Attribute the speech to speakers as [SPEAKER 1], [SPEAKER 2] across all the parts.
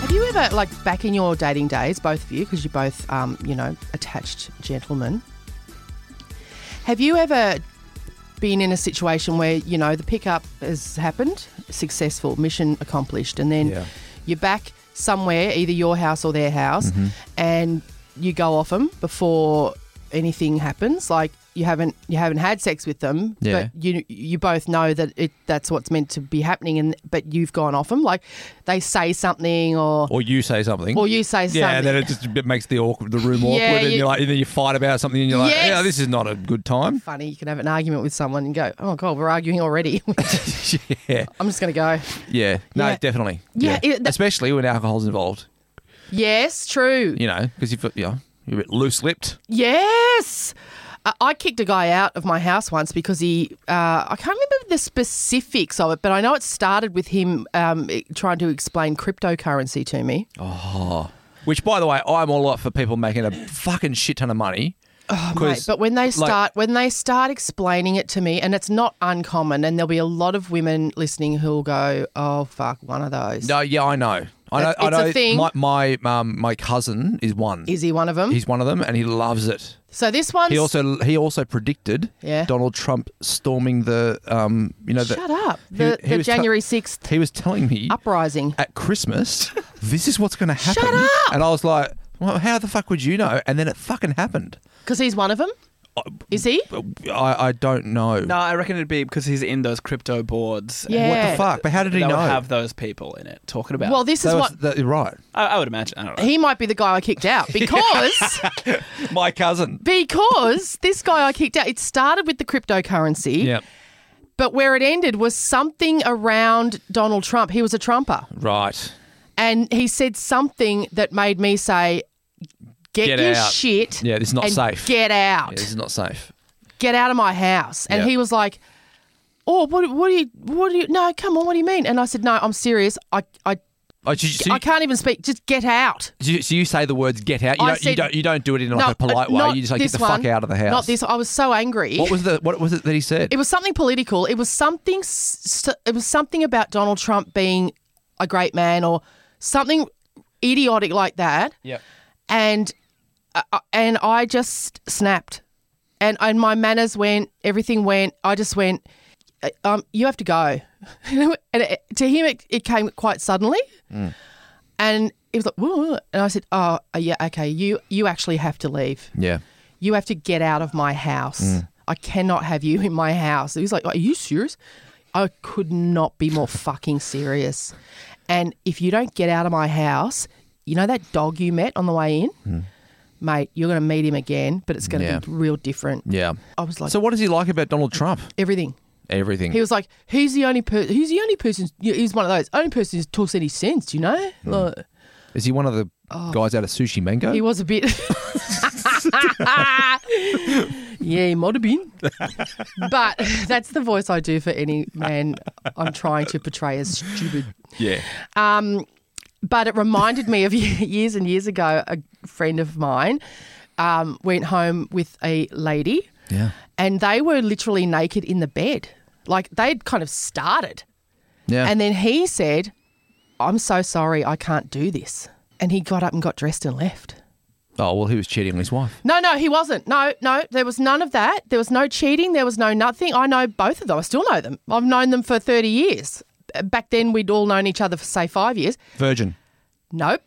[SPEAKER 1] Have you ever, like, back in your dating days, both of you, because you're both, um, you know, attached gentlemen, have you ever been in a situation where, you know, the pickup has happened, successful, mission accomplished, and then
[SPEAKER 2] Yeah.
[SPEAKER 1] you're back somewhere, either your house or their house,
[SPEAKER 2] Mm-hmm.
[SPEAKER 1] and you go off them before anything happens? Like, you haven't you haven't had sex with them,
[SPEAKER 2] Yeah.
[SPEAKER 1] but you you both know that it that's what's meant to be happening, and but you've gone off them. Like they say something, or
[SPEAKER 2] Or you say something.
[SPEAKER 1] Or you say
[SPEAKER 2] Yeah, and then
[SPEAKER 1] something.
[SPEAKER 2] it just it makes the awkward, the room awkward,
[SPEAKER 1] Yeah,
[SPEAKER 2] and
[SPEAKER 1] you-
[SPEAKER 2] you, are like, and then you fight about something, and you're like,
[SPEAKER 1] Yes.
[SPEAKER 2] yeah, this is not a good time.
[SPEAKER 1] funny. You can have an argument with someone and go, "Oh God, we're arguing already."
[SPEAKER 2] yeah,
[SPEAKER 1] I'm just going to go.
[SPEAKER 2] yeah, no,
[SPEAKER 1] Yeah.
[SPEAKER 2] definitely.
[SPEAKER 1] Yeah, it- that-
[SPEAKER 2] especially when alcohol's involved.
[SPEAKER 1] Yes, true.
[SPEAKER 2] You know, because you you know, you're a bit loose lipped.
[SPEAKER 1] Yes. I- I kicked a guy out of my house once because he, uh, I can't remember the specifics of it, but I know it started with him um, trying to explain cryptocurrency to me.
[SPEAKER 2] Which, by the way, I'm all up for people making a fucking shit ton of money. Oh,
[SPEAKER 1] Right, but when they start when they start explaining it to me, and it's not uncommon, and there'll be a lot of women listening who'll go, "Oh fuck, one of those."
[SPEAKER 2] no, yeah, I know, I know,
[SPEAKER 1] It's-
[SPEAKER 2] I
[SPEAKER 1] it's a
[SPEAKER 2] know.
[SPEAKER 1] thing.
[SPEAKER 2] My my, um, my cousin is one.
[SPEAKER 1] Is he one of them?
[SPEAKER 2] He's one of them, and he loves it.
[SPEAKER 1] so this one's
[SPEAKER 2] He also he also predicted
[SPEAKER 1] Yeah.
[SPEAKER 2] Donald Trump storming the um you know the,
[SPEAKER 1] shut up.
[SPEAKER 2] he-
[SPEAKER 1] The,
[SPEAKER 2] he
[SPEAKER 1] the
[SPEAKER 2] was tell-
[SPEAKER 1] January sixth
[SPEAKER 2] he was telling me
[SPEAKER 1] uprising.
[SPEAKER 2] at Christmas this is what's going to happen.
[SPEAKER 1] Shut up!
[SPEAKER 2] And I was like, well, how the fuck would you know? And then it fucking happened.
[SPEAKER 1] Because he's one of them. Is he?
[SPEAKER 2] I, I don't know.
[SPEAKER 3] No, I reckon it'd be because he's in those crypto boards. and
[SPEAKER 1] Yeah.
[SPEAKER 2] What the fuck? But how did
[SPEAKER 3] They
[SPEAKER 2] he
[SPEAKER 3] would
[SPEAKER 2] know?
[SPEAKER 3] have those people in it talking about.
[SPEAKER 1] Well, this is
[SPEAKER 2] That was-
[SPEAKER 1] what
[SPEAKER 2] that- you're right.
[SPEAKER 3] I, I would imagine. I don't know.
[SPEAKER 1] he might be the guy I kicked out because
[SPEAKER 2] My cousin.
[SPEAKER 1] because this guy I kicked out. It started with the cryptocurrency,
[SPEAKER 2] Yeah.
[SPEAKER 1] but where it ended was something around Donald Trump. He was a Trumper,
[SPEAKER 2] Right.
[SPEAKER 1] and he said something that made me say, "Get,
[SPEAKER 2] Get
[SPEAKER 1] your
[SPEAKER 2] out.
[SPEAKER 1] shit,
[SPEAKER 2] Yeah, this is not
[SPEAKER 1] and
[SPEAKER 2] safe.
[SPEAKER 1] Get out,
[SPEAKER 2] Yeah, this is not safe.
[SPEAKER 1] get out of my house." And
[SPEAKER 2] Yeah.
[SPEAKER 1] he was like. Oh, what, what do you, what do you, no, come on, what do you mean? And I said, no, I'm serious. I, I,
[SPEAKER 2] Oh, so, you- so,
[SPEAKER 1] I
[SPEAKER 2] you,
[SPEAKER 1] can't even speak. Just get out.
[SPEAKER 2] so you- so you say the words "get out." You
[SPEAKER 1] I
[SPEAKER 2] don't, you
[SPEAKER 1] said-
[SPEAKER 2] don't. You don't do it in like
[SPEAKER 1] no,
[SPEAKER 2] a polite
[SPEAKER 1] uh,
[SPEAKER 2] way.
[SPEAKER 1] not
[SPEAKER 2] You just like get
[SPEAKER 1] this
[SPEAKER 2] the
[SPEAKER 1] one.
[SPEAKER 2] fuck out of the house.
[SPEAKER 1] Not this. I was so angry.
[SPEAKER 2] What was the? What was it that he said?
[SPEAKER 1] It was something political. It was something. s- s- It was something about Donald Trump being a great man or something idiotic like that.
[SPEAKER 3] Yep.
[SPEAKER 1] And uh, uh, and I just snapped, and and my manners went. Everything went. I just went. uh, Um, you have to go. and it, to him, it, it came quite suddenly. And it was like, Whoa. and I said, oh, yeah, okay, you, you actually have to leave.
[SPEAKER 2] Yeah.
[SPEAKER 1] You have to get out of my house.
[SPEAKER 2] Mm.
[SPEAKER 1] I cannot have you in my house. He was like, Are you serious? I could not be more fucking serious. And if you don't get out of my house, you know that dog you met on the way in? Mate, you're going to meet him again, but it's going to
[SPEAKER 2] Hmm. Yeah.
[SPEAKER 1] be real different.
[SPEAKER 2] Yeah.
[SPEAKER 1] I was like,
[SPEAKER 2] So what does he like about Donald Trump?
[SPEAKER 1] Everything.
[SPEAKER 2] Everything.
[SPEAKER 1] He was like, He's the only person, he's the only person, he's one of those, only person who talks any sense, you know?
[SPEAKER 2] Hmm.
[SPEAKER 1] Like,
[SPEAKER 2] Is he one of the guys out of Sushi Mango?
[SPEAKER 1] Oh. He was a bit. yeah, he might have been. But that's the voice I do for any man I'm trying to portray as stupid.
[SPEAKER 2] yeah.
[SPEAKER 1] Um, but it reminded me of years and years ago, a friend of mine um, went home with a lady.
[SPEAKER 2] Yeah.
[SPEAKER 1] And they were literally naked in the bed. Like they'd kind of started.
[SPEAKER 2] Yeah.
[SPEAKER 1] And then he said, I'm so sorry, I can't do this. And he got up and got dressed and left.
[SPEAKER 2] oh well, he was cheating on his wife.
[SPEAKER 1] No, no, he wasn't. No, no, there was none of that. There was no cheating. There was no nothing. I know both of them. I still know them. I've known them for 30 years. Uh, Back then, we'd all known each other for, say, five years.
[SPEAKER 2] Virgin.
[SPEAKER 1] Nope.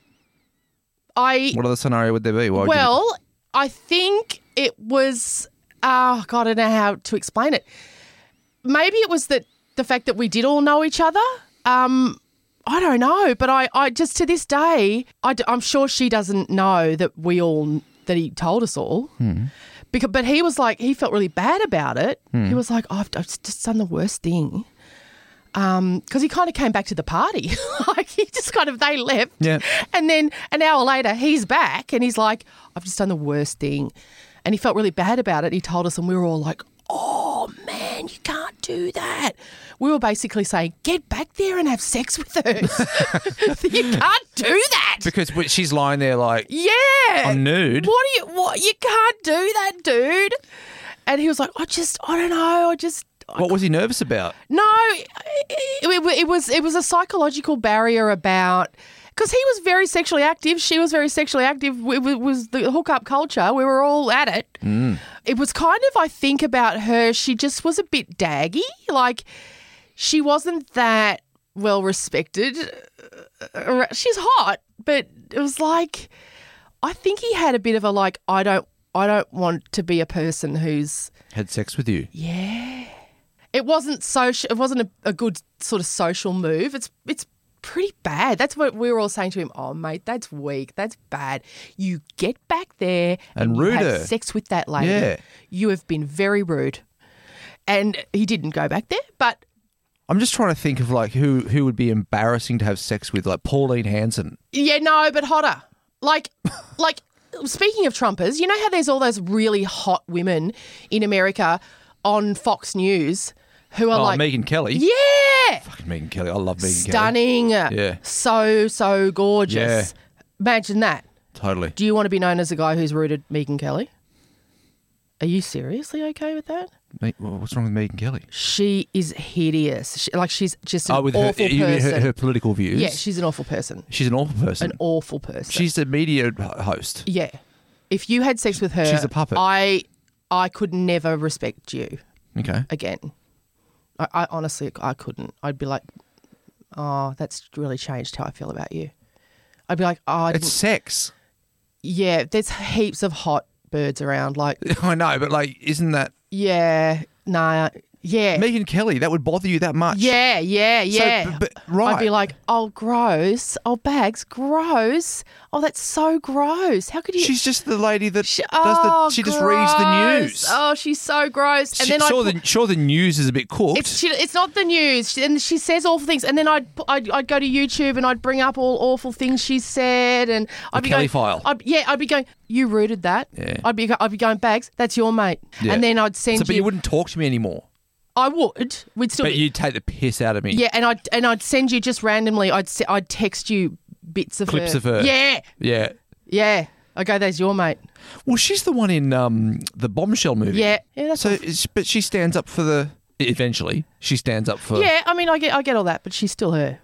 [SPEAKER 1] I,
[SPEAKER 2] What other scenario would there be? Why would you-
[SPEAKER 1] well, I think it was, oh, God, I don't know how to explain it. Maybe it was that the fact that we did all know each other. Um, I don't know, but I, I just to this day, I, am sure she doesn't know that we all, that he told us all. Because, but he was like, he felt really bad about it. He was like, I've, I've just done the worst thing. Because he kind of came back to the party. like, he just kind of, they left.
[SPEAKER 2] Yeah.
[SPEAKER 1] And then an hour later, he's back and he's like, I've just done the worst thing. And he felt really bad about it. He told us, and we were all like, oh man, you can't do that. We were basically saying, get back there and have sex with her. you can't do that.
[SPEAKER 2] because w- she's lying there like
[SPEAKER 1] Yeah.
[SPEAKER 2] I'm nude.
[SPEAKER 1] What do you what you can't do that, dude? And he was like, I just I don't know, I just
[SPEAKER 2] what was he nervous about?
[SPEAKER 1] no, it, it- it was it was a psychological barrier about because he was very sexually active, she was very sexually active. It wa- was the hookup culture. We were all at it. It was kind of I think about her. She just was a bit daggy. Like she wasn't that well respected. Uh, She's hot, but it was like I think he had a bit of a like I don't I don't want to be a person who's
[SPEAKER 2] Had sex with you.
[SPEAKER 1] it wasn't social. It wasn't a, a good sort of social move. It's it's pretty bad. That's what we were all saying to him. Oh, mate, that's weak. That's bad. You get back there
[SPEAKER 2] And
[SPEAKER 1] you
[SPEAKER 2] rude
[SPEAKER 1] have
[SPEAKER 2] her.
[SPEAKER 1] sex with that lady.
[SPEAKER 2] Yeah.
[SPEAKER 1] You have been very rude. And he didn't go back there, but
[SPEAKER 2] I'm just trying to think of like who who would be embarrassing to have sex with, like Pauline Hanson.
[SPEAKER 1] yeah, no, but hotter. Like, like speaking of Trumpers, you know how there's all those really hot women in America on Fox News who are
[SPEAKER 2] oh,
[SPEAKER 1] like,
[SPEAKER 2] Megan Kelly.
[SPEAKER 1] yeah,
[SPEAKER 2] Fucking Megan Kelly. I love Megan Kelly.
[SPEAKER 1] stunning.
[SPEAKER 2] Yeah.
[SPEAKER 1] So, so gorgeous.
[SPEAKER 2] Yeah.
[SPEAKER 1] Imagine that.
[SPEAKER 2] Totally.
[SPEAKER 1] Do you want to be known as a guy who's rooted Megan Kelly? Are you seriously okay with that?
[SPEAKER 2] Me- What's wrong with Megan Kelly?
[SPEAKER 1] She is hideous. She, like she's just an
[SPEAKER 2] Oh, with her,
[SPEAKER 1] awful
[SPEAKER 2] you mean
[SPEAKER 1] person.
[SPEAKER 2] her, her political views.
[SPEAKER 1] yeah, she's an awful person.
[SPEAKER 2] she's an awful person.
[SPEAKER 1] An awful person.
[SPEAKER 2] she's a media ho- host.
[SPEAKER 1] yeah. If you had sex with her,
[SPEAKER 2] She's a puppet.
[SPEAKER 1] I I could never respect you
[SPEAKER 2] Okay.
[SPEAKER 1] again. I, I honestly I couldn't. I'd be like, oh, that's really changed how I feel about you. I'd be like, oh, I
[SPEAKER 2] It's
[SPEAKER 1] didn't
[SPEAKER 2] sex.
[SPEAKER 1] Yeah, there's heaps of hot birds around. Like,
[SPEAKER 2] I know, but like, isn't that
[SPEAKER 1] yeah, nah, yeah,
[SPEAKER 2] Megan Kelly? That would bother you that much?
[SPEAKER 1] yeah, yeah, yeah.
[SPEAKER 2] but- but- right.
[SPEAKER 1] I'd be like, oh, gross. Oh, bags, gross. Oh, that's so gross. How could you?
[SPEAKER 2] She's just the lady that
[SPEAKER 1] Sh-
[SPEAKER 2] does
[SPEAKER 1] oh,
[SPEAKER 2] the. She just reads the
[SPEAKER 1] gross.
[SPEAKER 2] news.
[SPEAKER 1] Oh, she's so gross. And
[SPEAKER 2] She-
[SPEAKER 1] then I.
[SPEAKER 2] sure,
[SPEAKER 1] put-
[SPEAKER 2] the, sure, the news is a bit cooked.
[SPEAKER 1] It's, she, it's not the news, she, and she says awful things. And then I'd, pu- I'd I'd go to YouTube and I'd bring up all awful things she said, and I'd be
[SPEAKER 2] Kelly
[SPEAKER 1] going,
[SPEAKER 2] file.
[SPEAKER 1] I'd, yeah, I'd be going, you rooted that.
[SPEAKER 2] Yeah.
[SPEAKER 1] I'd be go- I'd be going, bags, that's your mate.
[SPEAKER 2] Yeah.
[SPEAKER 1] And then I'd send
[SPEAKER 2] so, but you wouldn't talk to me anymore.
[SPEAKER 1] I would. We'd still.
[SPEAKER 2] But
[SPEAKER 1] be-
[SPEAKER 2] you'd take the piss out of me.
[SPEAKER 1] yeah, and I'd and I'd send you just randomly. I'd se- I'd text you bits of
[SPEAKER 2] Clips
[SPEAKER 1] her.
[SPEAKER 2] of her.
[SPEAKER 1] Yeah,
[SPEAKER 2] Yeah.
[SPEAKER 1] yeah. I go, there's your mate.
[SPEAKER 2] Well, she's the one in um, the bombshell movie.
[SPEAKER 1] Yeah, yeah. That's
[SPEAKER 2] So, it's- but she stands up for the. Eventually, she stands up for.
[SPEAKER 1] yeah. I mean, I get I get all that, but she's still her.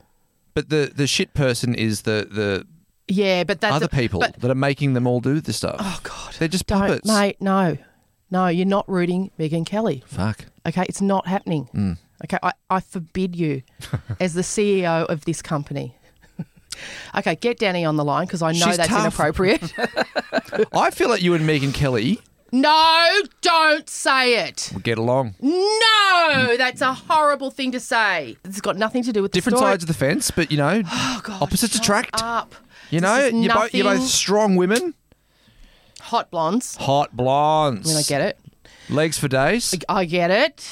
[SPEAKER 2] But the the shit person is the the
[SPEAKER 1] Yeah, but that's
[SPEAKER 2] other
[SPEAKER 1] a-
[SPEAKER 2] people
[SPEAKER 1] But,
[SPEAKER 2] that are making them all do this stuff.
[SPEAKER 1] oh God,
[SPEAKER 2] They're just
[SPEAKER 1] don't,
[SPEAKER 2] puppets.
[SPEAKER 1] mate. No, no, you're not rooting Megan Kelly.
[SPEAKER 2] Fuck.
[SPEAKER 1] Okay, it's not
[SPEAKER 2] Mm.
[SPEAKER 1] E happening. Okay, I, I forbid you, as the CEO of this company, Okay, get Danny on the line because I know
[SPEAKER 2] She's
[SPEAKER 1] that's
[SPEAKER 2] tough.
[SPEAKER 1] inappropriate.
[SPEAKER 2] I feel like you and Megan Kelly
[SPEAKER 1] no, don't say it.
[SPEAKER 2] would get along.
[SPEAKER 1] No, that's a horrible thing to say. It's got nothing to do with
[SPEAKER 2] Different
[SPEAKER 1] the story.
[SPEAKER 2] sides of the fence, but you know,
[SPEAKER 1] Oh, God,
[SPEAKER 2] opposites
[SPEAKER 1] shut
[SPEAKER 2] attract.
[SPEAKER 1] Up.
[SPEAKER 2] You
[SPEAKER 1] This
[SPEAKER 2] know,
[SPEAKER 1] is
[SPEAKER 2] you're both, you're both
[SPEAKER 1] nothing-
[SPEAKER 2] strong women,
[SPEAKER 1] hot blondes.
[SPEAKER 2] hot blondes.
[SPEAKER 1] I mean, I get it.
[SPEAKER 2] Legs for days.
[SPEAKER 1] I get it.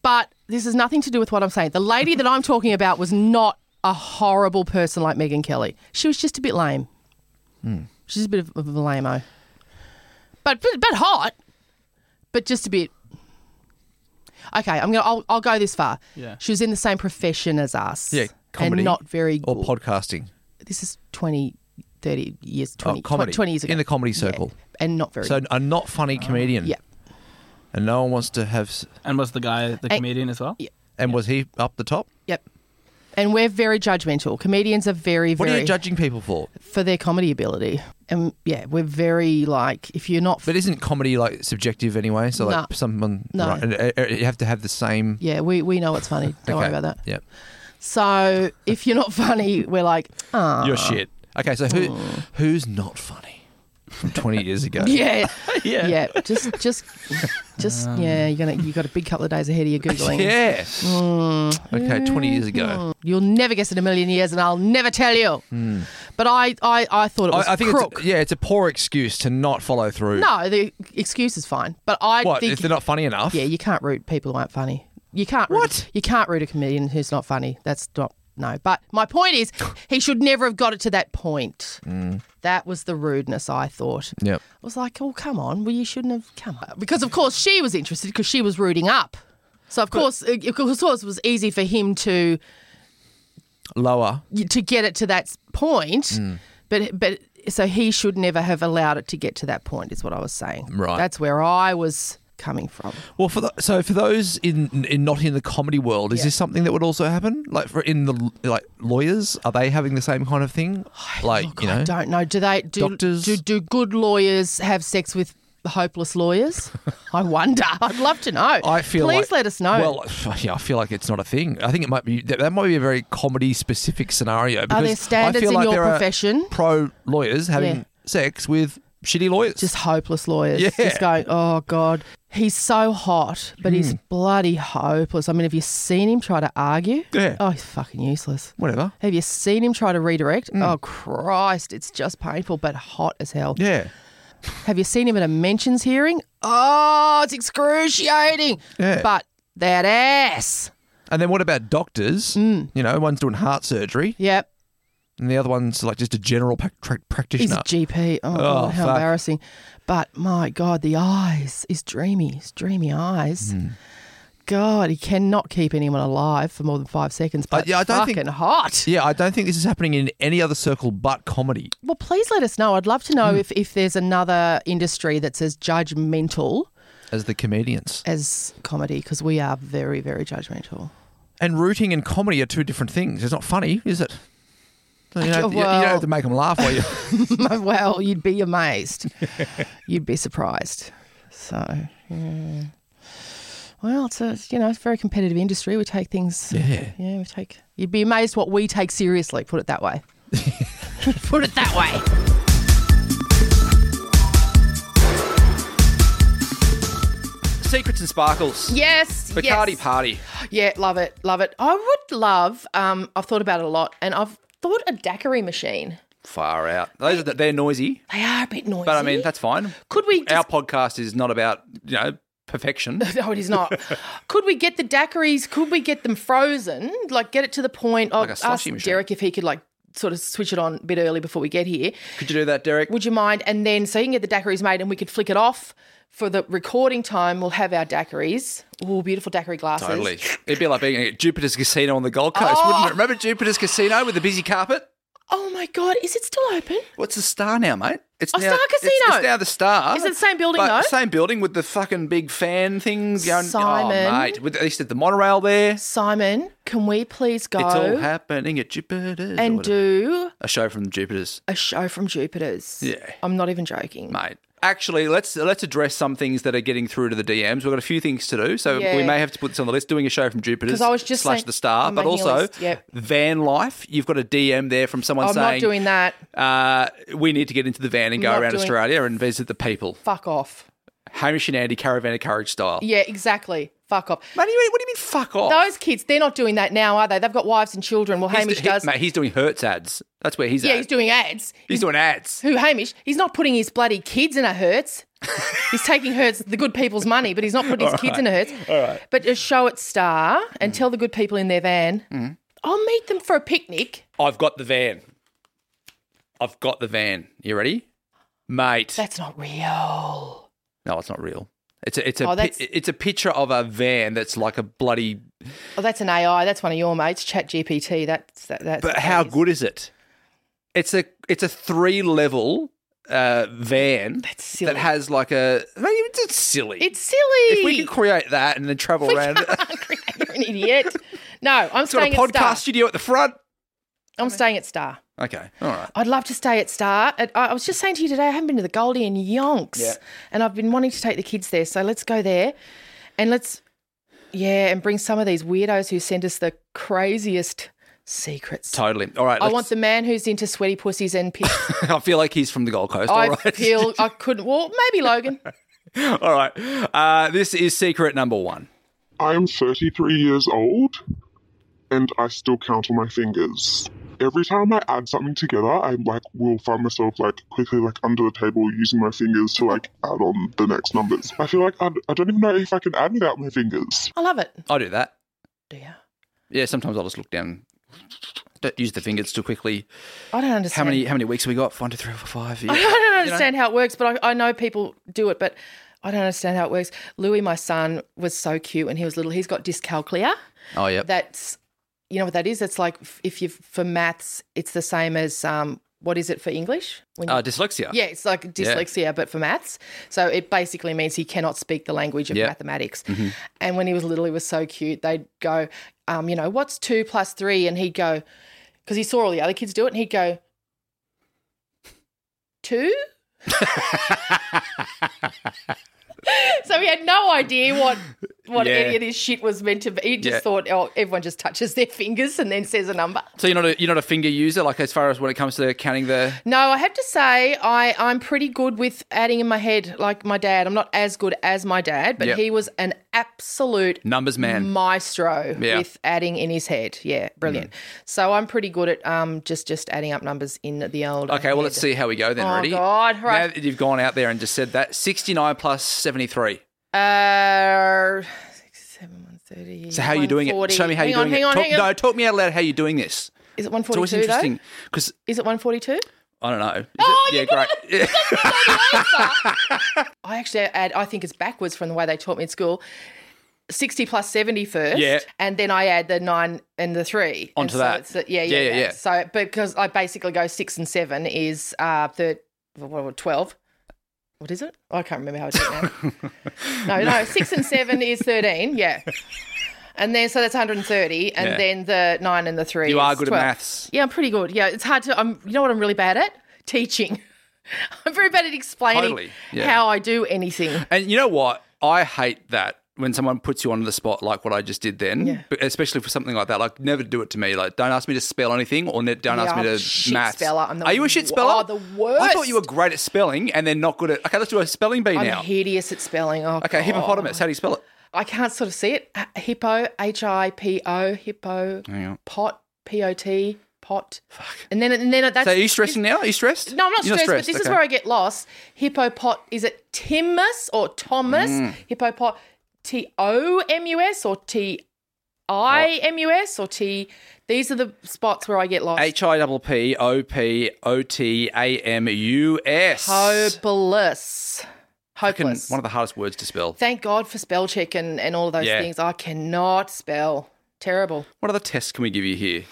[SPEAKER 1] But this has nothing to do with what I'm saying. The lady that I'm talking about was not a horrible person like Megan Kelly. She was just a bit lame.
[SPEAKER 2] Hmm.
[SPEAKER 1] She's a bit of, of a lame-o. But, but but hot. But just a bit. Okay, I'm gonna. I'll, I'll go this far.
[SPEAKER 3] Yeah.
[SPEAKER 1] She was in the same profession as us.
[SPEAKER 2] Yeah, comedy
[SPEAKER 1] And not very
[SPEAKER 2] or
[SPEAKER 1] good.
[SPEAKER 2] podcasting. uh,
[SPEAKER 1] this is 20, 30 years, 20, tw-
[SPEAKER 2] Oh, comedy.
[SPEAKER 1] 20 years ago.
[SPEAKER 2] In the comedy circle.
[SPEAKER 1] Yeah, and not very
[SPEAKER 2] So
[SPEAKER 1] good.
[SPEAKER 2] a not funny comedian.
[SPEAKER 1] Yeah.
[SPEAKER 2] And no one wants to have. s-
[SPEAKER 3] And was the guy the
[SPEAKER 1] Hey.
[SPEAKER 3] comedian as well? Yeah.
[SPEAKER 2] And was he up the top?
[SPEAKER 1] Yep. And we're very judgmental. Comedians are very,
[SPEAKER 2] What
[SPEAKER 1] very
[SPEAKER 2] are you judging people for?
[SPEAKER 1] for their comedy ability. And yeah, we're very like if you're not,
[SPEAKER 2] But isn't comedy like subjective anyway? So like
[SPEAKER 1] No.
[SPEAKER 2] someone,
[SPEAKER 1] No.
[SPEAKER 2] right, and, uh, uh, you have to have the same.
[SPEAKER 1] yeah, we we know it's funny. Don't worry
[SPEAKER 2] Okay,
[SPEAKER 1] about that.
[SPEAKER 2] Yeah,
[SPEAKER 1] So if you're not funny, we're like, ah,
[SPEAKER 2] you're shit. Okay, so who who's not funny from 20 years ago?
[SPEAKER 1] Oh. yeah,
[SPEAKER 3] Yeah.
[SPEAKER 1] yeah. Just just just yeah. You're gonna you got a big couple of days ahead of you googling. Mm.
[SPEAKER 2] Yeah. Okay, 20 years ago.
[SPEAKER 1] You'll never guess it in a million years, and I'll never tell you. But I, I I thought it was
[SPEAKER 2] I, I think
[SPEAKER 1] crook.
[SPEAKER 2] it's a, yeah, it's a poor excuse to not follow through.
[SPEAKER 1] no, the excuse is fine. But I
[SPEAKER 2] What
[SPEAKER 1] think
[SPEAKER 2] if they're not funny enough?
[SPEAKER 1] Yeah, you can't root people who aren't funny. You can't root,
[SPEAKER 2] What?
[SPEAKER 1] you can't root a comedian who's not funny. That's not no. But my point is, he should never have got it to that point.
[SPEAKER 2] Mm.
[SPEAKER 1] That was the rudeness I thought.
[SPEAKER 2] Yep.
[SPEAKER 1] I was like, oh come on, well you shouldn't have come up because of course she was interested because she was rooting up. So of course, of course, it was easy for him to
[SPEAKER 2] Lower.
[SPEAKER 1] to get it to that point,
[SPEAKER 2] Mm.
[SPEAKER 1] but but so he should never have allowed it to get to that point. Is what I was saying.
[SPEAKER 2] Right.
[SPEAKER 1] That's where I was coming from.
[SPEAKER 2] Well, for the, so for those in, in not in the comedy world, is this something that would also happen? Like for in the like lawyers, are they having the same kind of thing? Like
[SPEAKER 1] Look,
[SPEAKER 2] Uh, you know,
[SPEAKER 1] I don't know. Do they do,
[SPEAKER 2] Doctors?
[SPEAKER 1] Do, do good lawyers have sex with hopeless lawyers? I wonder. I'd love to know.
[SPEAKER 2] I feel
[SPEAKER 1] Please
[SPEAKER 2] like-
[SPEAKER 1] let us know.
[SPEAKER 2] Well, yeah, I feel like it's not a thing. I think it might be that, that might be a very comedy specific scenario. Because
[SPEAKER 1] there standards
[SPEAKER 2] I feel
[SPEAKER 1] in
[SPEAKER 2] like
[SPEAKER 1] your
[SPEAKER 2] there are
[SPEAKER 1] profession?
[SPEAKER 2] Pro lawyers having
[SPEAKER 1] Yeah.
[SPEAKER 2] sex with shitty lawyers.
[SPEAKER 1] just hopeless lawyers.
[SPEAKER 2] Yeah. Hmm.
[SPEAKER 1] Just going, oh God, he's so hot, but he's bloody hopeless. I mean, have you seen him try to argue?
[SPEAKER 2] Yeah.
[SPEAKER 1] Oh, he's fucking useless.
[SPEAKER 2] whatever.
[SPEAKER 1] Have you seen him try to redirect?
[SPEAKER 2] Hmm.
[SPEAKER 1] Oh Christ, it's just painful, but hot as hell.
[SPEAKER 2] Yeah,
[SPEAKER 1] Have you seen him at a mentions hearing? Oh, it's excruciating.
[SPEAKER 2] Yeah.
[SPEAKER 1] But that ass.
[SPEAKER 2] and then what about doctors?
[SPEAKER 1] Mm.
[SPEAKER 2] You know, one's doing heart surgery,
[SPEAKER 1] Yep.
[SPEAKER 2] and the other one's like just a general prac- prac-
[SPEAKER 1] He's
[SPEAKER 2] practitioner.
[SPEAKER 1] a GP. Oh, God, how
[SPEAKER 2] fuck.
[SPEAKER 1] embarrassing. But my God, the eyes. He's dreamy. He's dreamy eyes.
[SPEAKER 2] Hmm.
[SPEAKER 1] God, he cannot keep anyone alive for more than five seconds. But
[SPEAKER 2] Uh, yeah, I don't
[SPEAKER 1] fucking
[SPEAKER 2] think-
[SPEAKER 1] hot.
[SPEAKER 2] yeah, I don't think this is happening in any other circle but comedy.
[SPEAKER 1] Well, please let us know. I'd love to know
[SPEAKER 2] Hmm.
[SPEAKER 1] if, if there's another industry that's as judgmental
[SPEAKER 2] as the comedians.
[SPEAKER 1] as comedy, because we are very, very judgmental.
[SPEAKER 2] And rooting and comedy are two different things. It's not funny, is it? You don't, have to- you- you don't have to make them laugh while you.
[SPEAKER 1] well, you'd be amazed. you'd be surprised. So, yeah. Well, it's a you know it's a very competitive industry. We take things.
[SPEAKER 2] Yeah.
[SPEAKER 1] Yeah, we take. You'd be amazed what we take seriously. Put it that way. put it that way.
[SPEAKER 2] Secrets and sparkles.
[SPEAKER 1] Yes. yes.
[SPEAKER 2] party.
[SPEAKER 1] Yeah, love it, love it. I would love. Um, I've thought about it a lot, and I've thought a daiquiri machine.
[SPEAKER 2] Far out. Those are the, they're noisy,
[SPEAKER 1] They are a bit noisy.
[SPEAKER 2] fine.
[SPEAKER 1] Could we just-
[SPEAKER 2] podcast is not about you know perfection.
[SPEAKER 1] No, it is not. could we get the daiquiris? Could we get them frozen? Like, get it to the point of
[SPEAKER 2] Like a
[SPEAKER 1] ask
[SPEAKER 2] slushy machine.
[SPEAKER 1] Derek if he could like sort of switch it on a bit early before we get here.
[SPEAKER 2] Could you do that, Derek?
[SPEAKER 1] Would you mind? And then so you can get the daiquiris made, and we could flick it off for the recording time. We'll have our daiquiris. Oh, beautiful daiquiri glasses.
[SPEAKER 2] Totally. It'd be like being at Jupiter's Casino on the Gold Coast, wouldn't it? Remember Jupiter's Casino with the busy carpet?
[SPEAKER 1] Oh my god, is it still open?
[SPEAKER 2] What's the star now, mate? It's
[SPEAKER 1] Oh, Star
[SPEAKER 2] it's- It's,
[SPEAKER 1] Casino.
[SPEAKER 2] now the star.
[SPEAKER 1] Is it the same building,
[SPEAKER 2] But
[SPEAKER 1] though?
[SPEAKER 2] Same building with the fucking big fan things going.
[SPEAKER 1] Simon.
[SPEAKER 2] Oh, mate. With, they used to have the monorail there.
[SPEAKER 1] Simon, can we please go
[SPEAKER 2] It's all happening at Jupiter's.
[SPEAKER 1] and
[SPEAKER 2] Or whatever.
[SPEAKER 1] do
[SPEAKER 2] a show from Jupiter's,
[SPEAKER 1] a show from Jupiter's?
[SPEAKER 2] Yeah.
[SPEAKER 1] I'm not even joking.
[SPEAKER 2] mate. actually, let's let's address some things that are getting through to the DMs. We've got a few things to do, so
[SPEAKER 1] Yeah.
[SPEAKER 2] we may have to put this on the list. Doing a show from Jupiter
[SPEAKER 1] 'Cause I was just
[SPEAKER 2] slash
[SPEAKER 1] saying-
[SPEAKER 2] the star,
[SPEAKER 1] I'm
[SPEAKER 2] but
[SPEAKER 1] making a
[SPEAKER 2] also
[SPEAKER 1] list, yep.
[SPEAKER 2] van life. You've got a DM there from someone
[SPEAKER 1] I'm
[SPEAKER 2] saying
[SPEAKER 1] not doing that.
[SPEAKER 2] Uh, we need to get into the van and go
[SPEAKER 1] Not
[SPEAKER 2] around
[SPEAKER 1] doing-
[SPEAKER 2] Australia and visit the people.
[SPEAKER 1] Fuck off.
[SPEAKER 2] Hamish and Andy, caravan of courage style.
[SPEAKER 1] Yeah, exactly. Fuck off.
[SPEAKER 2] Mate, what do you mean? What do you mean? Fuck off.
[SPEAKER 1] Those kids, they're not doing that now, are they? They've got wives and children. Well,
[SPEAKER 2] He's
[SPEAKER 1] Hamish
[SPEAKER 2] do- he-
[SPEAKER 1] does.
[SPEAKER 2] Mate, he's doing Hertz ads. That's where he's
[SPEAKER 1] yeah,
[SPEAKER 2] at.
[SPEAKER 1] he's doing ads.
[SPEAKER 2] he's doing ads.
[SPEAKER 1] Who Hamish? He's not putting his bloody kids in a Hertz. he's taking Hertz, the good people's money, but he's not putting his kids in a Hertz. All right. But just show it star and
[SPEAKER 2] Mm.
[SPEAKER 1] tell the good people in their van, I'll meet them for a picnic.
[SPEAKER 2] I've got the van. I've got the van. You ready, mate?
[SPEAKER 1] That's not real.
[SPEAKER 2] no, it's not real. It's a it's a
[SPEAKER 1] Oh,
[SPEAKER 2] pi-
[SPEAKER 1] that's-
[SPEAKER 2] it's a picture of a van that's like a bloody.
[SPEAKER 1] Oh, that's an AI. That's one of your mates, Chat GPT. That's that, that's
[SPEAKER 2] But
[SPEAKER 1] that
[SPEAKER 2] how
[SPEAKER 1] is-
[SPEAKER 2] good is it? It's a it's a three level uh, van
[SPEAKER 1] That's silly.
[SPEAKER 2] that has like a. Mate, it's just silly.
[SPEAKER 1] It's silly.
[SPEAKER 2] If we could create that and then travel
[SPEAKER 1] We
[SPEAKER 2] around,
[SPEAKER 1] can't create- You're an idiot. No, I'm
[SPEAKER 2] it's got a
[SPEAKER 1] staying at
[SPEAKER 2] podcast
[SPEAKER 1] Star.
[SPEAKER 2] studio at the front.
[SPEAKER 1] I'm staying at Star.
[SPEAKER 2] Okay, all right.
[SPEAKER 1] I'd love to stay at Star. At- I I was just saying to you today, I haven't been to the Goldie and Yonks,
[SPEAKER 2] Yeah.
[SPEAKER 1] and I've been wanting to take the kids there. So let's go there, and let's, yeah, and bring some of these weirdos who send us the craziest secrets.
[SPEAKER 2] Totally. All right.
[SPEAKER 1] I
[SPEAKER 2] let's-
[SPEAKER 1] want the man who's into sweaty pussies and piss.
[SPEAKER 2] I feel like he's from the Gold Coast.
[SPEAKER 1] I
[SPEAKER 2] all right.
[SPEAKER 1] feel I couldn't. Well, maybe Logan.
[SPEAKER 2] All right. Uh, this is secret number one.
[SPEAKER 4] I am 33 years old, and I still count on my fingers. Every time I add something together, I like will find myself like quickly like under the table using my fingers to like add on the next numbers. I feel like I, I don't even know if I can add without my fingers.
[SPEAKER 1] I love it.
[SPEAKER 2] I do that.
[SPEAKER 1] Do you?
[SPEAKER 2] Yeah, sometimes I'll just look down. Don't use the fingers too quickly.
[SPEAKER 1] I don't understand.
[SPEAKER 2] How many how many weeks have we got? One, two, three, four, five. Yeah.
[SPEAKER 1] I don't understand how it works, but I, I know people do it, but I don't understand how it works. Louis, my son, was so cute when he was little. He's got dyscalculia.
[SPEAKER 2] Oh yeah.
[SPEAKER 1] That's, you know what that is? It's like f- if you for maths, it's the same as um, what is it for English? When you-
[SPEAKER 2] Uh, dyslexia.
[SPEAKER 1] yeah, it's like dyslexia, but for maths. So it basically means he cannot speak the language of
[SPEAKER 2] Yeah. Mm-hmm.
[SPEAKER 1] mathematics. And when he was little, he was so cute. They'd go, um, you know, what's two plus three? And he'd go, because he saw all the other kids do it, and he'd go, two? So he had no idea what what
[SPEAKER 2] Yeah.
[SPEAKER 1] any of this shit was meant to be. He just
[SPEAKER 2] Yeah.
[SPEAKER 1] thought, oh, everyone just touches their fingers and then says a number.
[SPEAKER 2] So you're not a, you're not a finger user like as far as when it comes to counting the.
[SPEAKER 1] No, I have to say, I, I'm pretty good with adding in my head, like my dad. I'm not as good as my dad, but
[SPEAKER 2] Yep.
[SPEAKER 1] he was an absolute
[SPEAKER 2] Numbers man.
[SPEAKER 1] maestro
[SPEAKER 2] Yeah. Mm.
[SPEAKER 1] with adding in his head. Yeah, brilliant. So I'm pretty good at um just just adding up numbers in the old.
[SPEAKER 2] Okay, well let's see how we go then.
[SPEAKER 1] Oh,
[SPEAKER 2] Ready?
[SPEAKER 1] God,
[SPEAKER 2] Now
[SPEAKER 1] right.
[SPEAKER 2] that you've gone out there and just said that, sixty nine plus seventy three.
[SPEAKER 1] Uh, six, seven, one thirty.
[SPEAKER 2] So how are you doing it?
[SPEAKER 1] 140.
[SPEAKER 2] Show me how
[SPEAKER 1] hang
[SPEAKER 2] you're
[SPEAKER 1] on,
[SPEAKER 2] doing
[SPEAKER 1] hang
[SPEAKER 2] it.
[SPEAKER 1] On,
[SPEAKER 2] talk,
[SPEAKER 1] hang on.
[SPEAKER 2] No, talk me out loud how you're doing this. It's
[SPEAKER 1] Is it
[SPEAKER 2] always
[SPEAKER 1] 142 though?
[SPEAKER 2] interesting because
[SPEAKER 1] Is it 142?
[SPEAKER 2] I don't know. Is
[SPEAKER 1] Oh,
[SPEAKER 2] it-
[SPEAKER 1] you
[SPEAKER 2] yeah,
[SPEAKER 1] got
[SPEAKER 2] great.
[SPEAKER 1] I actually add, I think it's backwards from the way they taught me at school. 60 plus 70 first.
[SPEAKER 2] Yeah.
[SPEAKER 1] And then I add the nine and the three. And
[SPEAKER 2] Onto
[SPEAKER 1] so
[SPEAKER 2] that.
[SPEAKER 1] it's the- yeah, yeah,
[SPEAKER 2] Yeah,
[SPEAKER 1] yeah,
[SPEAKER 2] yeah, yeah.
[SPEAKER 1] So because I basically go six and seven is uh, the, what, what, 12. What is it? I can't remember how I did it now. no, no, six and seven is 13. Yeah. And then, so that's 130. And
[SPEAKER 2] Yeah.
[SPEAKER 1] then the nine and the three.
[SPEAKER 2] You are
[SPEAKER 1] is
[SPEAKER 2] good at
[SPEAKER 1] 12.
[SPEAKER 2] maths.
[SPEAKER 1] Yeah, I'm pretty good. Yeah, it's hard to. I'm. You know what I'm really bad at? Teaching. I'm very bad at explaining
[SPEAKER 2] Totally, yeah.
[SPEAKER 1] how I do anything.
[SPEAKER 2] And you know what? I hate that when someone puts you on the spot like what I just did then, But especially for something like that. Like, never do it to me. Like, don't ask me to spell anything or ne- don't
[SPEAKER 1] Yeah,
[SPEAKER 2] ask me
[SPEAKER 1] I'm a
[SPEAKER 2] to
[SPEAKER 1] shit
[SPEAKER 2] maths.
[SPEAKER 1] speller. I'm the
[SPEAKER 2] Are you a shit speller?
[SPEAKER 1] wo- oh, the
[SPEAKER 2] I thought you were
[SPEAKER 1] worst.
[SPEAKER 2] great at spelling and then not good at. Okay, let's do a spelling bee
[SPEAKER 1] I'm
[SPEAKER 2] now.
[SPEAKER 1] hideous at spelling. Oh,
[SPEAKER 2] okay,
[SPEAKER 1] God.
[SPEAKER 2] hippopotamus. How do you spell it?
[SPEAKER 1] I can't sort of see it. H- Hippo, H I P O, hippo, pot, P O T, pot. Fuck. And then, and then that's.
[SPEAKER 2] So, are you stressing now? Are you stressed?
[SPEAKER 1] No, I'm not
[SPEAKER 2] You're
[SPEAKER 1] stressed, but this is
[SPEAKER 2] okay.
[SPEAKER 1] where I get lost. Hippopot, is it Timus or Thomas?
[SPEAKER 2] Mm.
[SPEAKER 1] Hippopot, T O M U S or T I M U S or T. These are the spots where I get lost.
[SPEAKER 2] H I double P O P O T A M U S.
[SPEAKER 1] Hopeless.
[SPEAKER 2] Fucking
[SPEAKER 1] Hopeless.
[SPEAKER 2] One of the hardest words to spell.
[SPEAKER 1] Thank God for spell check and, and all of those
[SPEAKER 2] Yeah.
[SPEAKER 1] things. I cannot spell. Terrible.
[SPEAKER 2] What other tests can we give you here?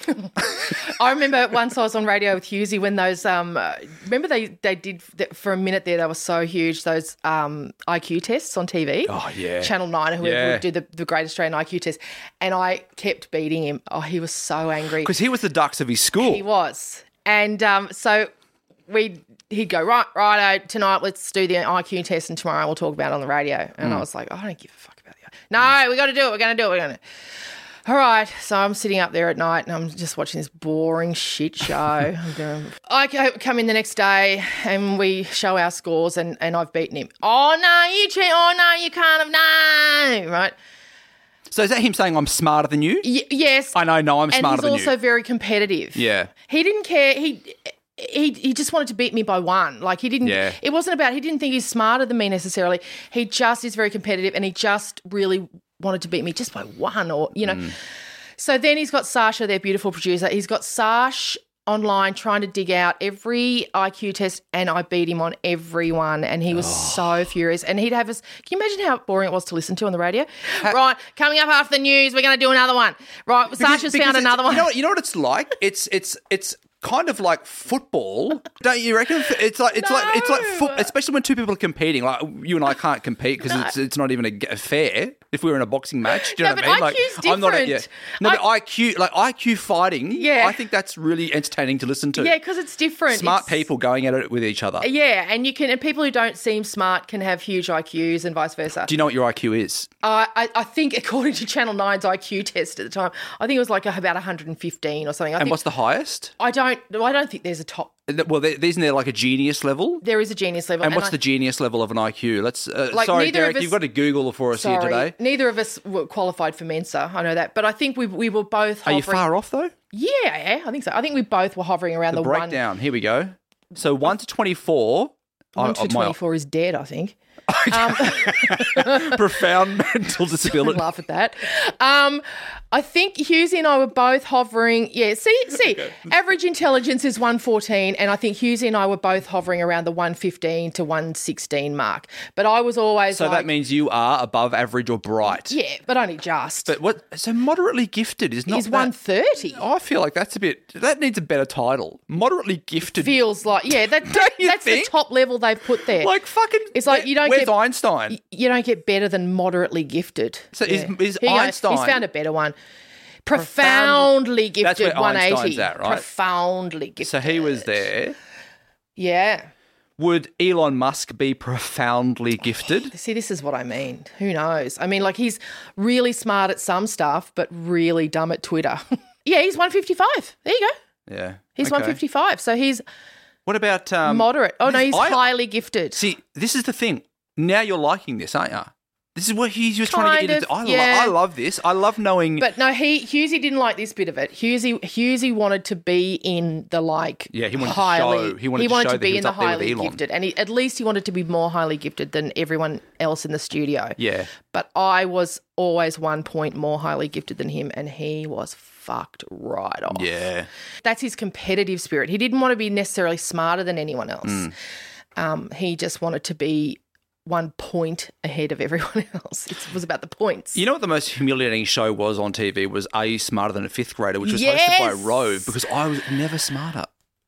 [SPEAKER 1] I remember once I was on radio with Husey when those um uh, remember they they did that for a minute there they were so huge those um IQ tests on TV.
[SPEAKER 2] Oh, yeah.
[SPEAKER 1] Channel Nine or whoever
[SPEAKER 2] Yeah.
[SPEAKER 1] would do the, the Great Australian IQ test, and I kept beating him. Oh, he was so angry.
[SPEAKER 2] Because he was the ducks of his school.
[SPEAKER 1] He was. And um, so we he'd go right, righto. Tonight, let's do the IQ test, and tomorrow we'll talk about it on the radio.
[SPEAKER 2] Hmm.
[SPEAKER 1] And I was like, I don't give a fuck about the. No, we got to do it. We're going to do it. We're going to. All right, so I'm sitting up there at night and I'm just watching this boring shit show. I'm doing- I co- come in the next day and we show our scores and, and I've beaten him. Oh no, you cheat! Oh no, you can't have no! Right?
[SPEAKER 2] So is that him saying I'm smarter than you?
[SPEAKER 1] Y- yes.
[SPEAKER 2] I know, no, I'm
[SPEAKER 1] and
[SPEAKER 2] smarter
[SPEAKER 1] he's
[SPEAKER 2] than
[SPEAKER 1] also
[SPEAKER 2] you.
[SPEAKER 1] very competitive.
[SPEAKER 2] Yeah.
[SPEAKER 1] He didn't care. He he he just wanted to beat me by one. Like he didn't.
[SPEAKER 2] Yeah.
[SPEAKER 1] It wasn't about he didn't think he's smarter than me necessarily. He just is very competitive, and he just really wanted to beat me just by one, or you
[SPEAKER 2] Mm.
[SPEAKER 1] know. So then he's got Sasha, their beautiful producer. He's got Sash online trying to dig out every IQ test and I beat him on every one and he was
[SPEAKER 2] Oh.
[SPEAKER 1] so furious and he'd have us can you imagine how boring it was to listen to on the radio right coming up after the news we're going to do another one right Sasha's
[SPEAKER 2] Because
[SPEAKER 1] found
[SPEAKER 2] it's-
[SPEAKER 1] another one
[SPEAKER 2] You know, what- you know what it's like? It's it's it's kind of like football, don't you reckon? It's like it's like it's like foot, especially when two people are competing. Like you and I can't compete because it's it's not even a, g- a fair. If we were in a boxing match, do you
[SPEAKER 1] No,
[SPEAKER 2] know what
[SPEAKER 1] but
[SPEAKER 2] I mean?
[SPEAKER 1] IQ's
[SPEAKER 2] I'm not. A, yeah.
[SPEAKER 1] different.
[SPEAKER 2] No, but
[SPEAKER 1] I-
[SPEAKER 2] IQ like IQ fighting.
[SPEAKER 1] Yeah.
[SPEAKER 2] I think that's really entertaining to listen to.
[SPEAKER 1] yeah because it's different
[SPEAKER 2] smart
[SPEAKER 1] It's-
[SPEAKER 2] people going at it with each other.
[SPEAKER 1] yeah and you can and people who don't seem smart can have huge IQs and vice versa
[SPEAKER 2] Do you know what your IQ is?
[SPEAKER 1] I, I, I think according to Channel 9's IQ test at the time I think it was like about 115 or something I
[SPEAKER 2] and
[SPEAKER 1] think
[SPEAKER 2] what's the highest?
[SPEAKER 1] I don't I don't think there's a top
[SPEAKER 2] Well, they- isn't there like a genius level?
[SPEAKER 1] there is a genius level
[SPEAKER 2] And what's
[SPEAKER 1] I-
[SPEAKER 2] the genius level of an IQ? Let's. Uh,
[SPEAKER 1] Like,
[SPEAKER 2] sorry,
[SPEAKER 1] neither of
[SPEAKER 2] Derek,
[SPEAKER 1] us-
[SPEAKER 2] you've got to Google it for us
[SPEAKER 1] Sorry,
[SPEAKER 2] here today.
[SPEAKER 1] neither of us were qualified for Mensa. I know that, but I think we we were both.
[SPEAKER 2] Are
[SPEAKER 1] Hovering,
[SPEAKER 2] you far off though?
[SPEAKER 1] Yeah, yeah, I think so. I think we both were hovering around
[SPEAKER 2] The,
[SPEAKER 1] the,
[SPEAKER 2] breakdown. Here we go. So one to twenty-four.
[SPEAKER 1] one. One
[SPEAKER 2] I-
[SPEAKER 1] to
[SPEAKER 2] my
[SPEAKER 1] twenty four is dead. I think. Um,
[SPEAKER 2] profound mental disability.
[SPEAKER 1] laugh at that. Um, I think Hughesy and I were both hovering. Yeah, see, see, average intelligence is one fourteen, and I think Hughesy and I were both hovering around the one fifteen to one sixteen mark. But I was always
[SPEAKER 2] so
[SPEAKER 1] like,
[SPEAKER 2] that means you are above average or bright.
[SPEAKER 1] yeah, but only just.
[SPEAKER 2] But what? So moderately gifted is not.
[SPEAKER 1] is
[SPEAKER 2] that-
[SPEAKER 1] one thirty. Oh,
[SPEAKER 2] I feel like that's a bit. That needs a better title. Moderately gifted.
[SPEAKER 1] Feels like yeah, that,
[SPEAKER 2] you
[SPEAKER 1] that's
[SPEAKER 2] think?
[SPEAKER 1] the top level they've put there.
[SPEAKER 2] like fucking.
[SPEAKER 1] It's like you don't
[SPEAKER 2] Where's
[SPEAKER 1] get-
[SPEAKER 2] Einstein?
[SPEAKER 1] you don't get better than moderately gifted.
[SPEAKER 2] So is- is
[SPEAKER 1] Here you go.
[SPEAKER 2] Einstein-
[SPEAKER 1] He's found a better one. Profoundly
[SPEAKER 2] That's
[SPEAKER 1] gifted.
[SPEAKER 2] where
[SPEAKER 1] One
[SPEAKER 2] Einstein's
[SPEAKER 1] eighty.
[SPEAKER 2] at, right?
[SPEAKER 1] Profoundly gifted.
[SPEAKER 2] so he was there.
[SPEAKER 1] Yeah.
[SPEAKER 2] Would Elon Musk be profoundly gifted?
[SPEAKER 1] See, this is what I mean. Who knows? I mean, like he's really smart at some stuff, but really dumb at Twitter. yeah, he's one fifty five. There you go.
[SPEAKER 2] Yeah.
[SPEAKER 1] He's
[SPEAKER 2] okay.
[SPEAKER 1] one fifty five. So he's
[SPEAKER 2] What about um,
[SPEAKER 1] moderate. Oh no,
[SPEAKER 2] this-
[SPEAKER 1] he's
[SPEAKER 2] I-
[SPEAKER 1] highly gifted.
[SPEAKER 2] See, this is the thing. Now you're liking this, aren't you? This is what he's just trying to
[SPEAKER 1] Kind
[SPEAKER 2] get into.
[SPEAKER 1] of,
[SPEAKER 2] I,
[SPEAKER 1] yeah.
[SPEAKER 2] lo- I love this. I love knowing.
[SPEAKER 1] But no, he Husey didn't like this bit of it. Husey Husey wanted to be in the like
[SPEAKER 2] Yeah, he wanted to
[SPEAKER 1] highly
[SPEAKER 2] show- he wanted to show that
[SPEAKER 1] be
[SPEAKER 2] he was
[SPEAKER 1] in the
[SPEAKER 2] up there with
[SPEAKER 1] highly
[SPEAKER 2] Elon.
[SPEAKER 1] gifted, and he, at least he wanted to be more highly gifted than everyone else in the studio.
[SPEAKER 2] yeah.
[SPEAKER 1] But I was always one point more highly gifted than him, and he was fucked right off.
[SPEAKER 2] Yeah.
[SPEAKER 1] That's his competitive spirit. He didn't want to be necessarily smarter than anyone else.
[SPEAKER 2] Mm.
[SPEAKER 1] Um, he just wanted to be one point ahead of everyone else. It was about the points.
[SPEAKER 2] You know what the most humiliating show was on TV was Are You Smarter Than a Fifth Grader, which was hosted by
[SPEAKER 1] Yes.
[SPEAKER 2] Rove because I was never smarter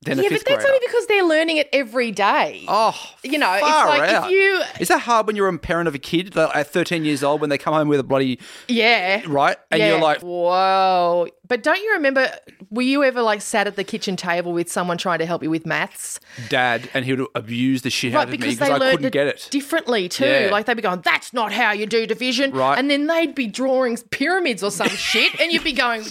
[SPEAKER 2] than
[SPEAKER 1] yeah,
[SPEAKER 2] a fifth
[SPEAKER 1] but that's
[SPEAKER 2] grader.
[SPEAKER 1] only because they're learning it every day.
[SPEAKER 2] Oh,
[SPEAKER 1] you know, it's
[SPEAKER 2] far
[SPEAKER 1] like if
[SPEAKER 2] out.
[SPEAKER 1] you-
[SPEAKER 2] is that hard when you're a parent of a kid like, at 13 years old when they come home with a bloody
[SPEAKER 1] yeah.
[SPEAKER 2] right and
[SPEAKER 1] Yeah.
[SPEAKER 2] you're like
[SPEAKER 1] whoa. But don't you remember, were you ever like sat at the kitchen table with someone trying to help you with maths?
[SPEAKER 2] dad and he would abuse the shit out of me because
[SPEAKER 1] they
[SPEAKER 2] I
[SPEAKER 1] learned
[SPEAKER 2] couldn't get it.
[SPEAKER 1] differently too.
[SPEAKER 2] Yeah.
[SPEAKER 1] Like they'd be going, "That's not how you do division,"
[SPEAKER 2] Right.
[SPEAKER 1] And then they'd be drawing pyramids or some shit, and you'd be going,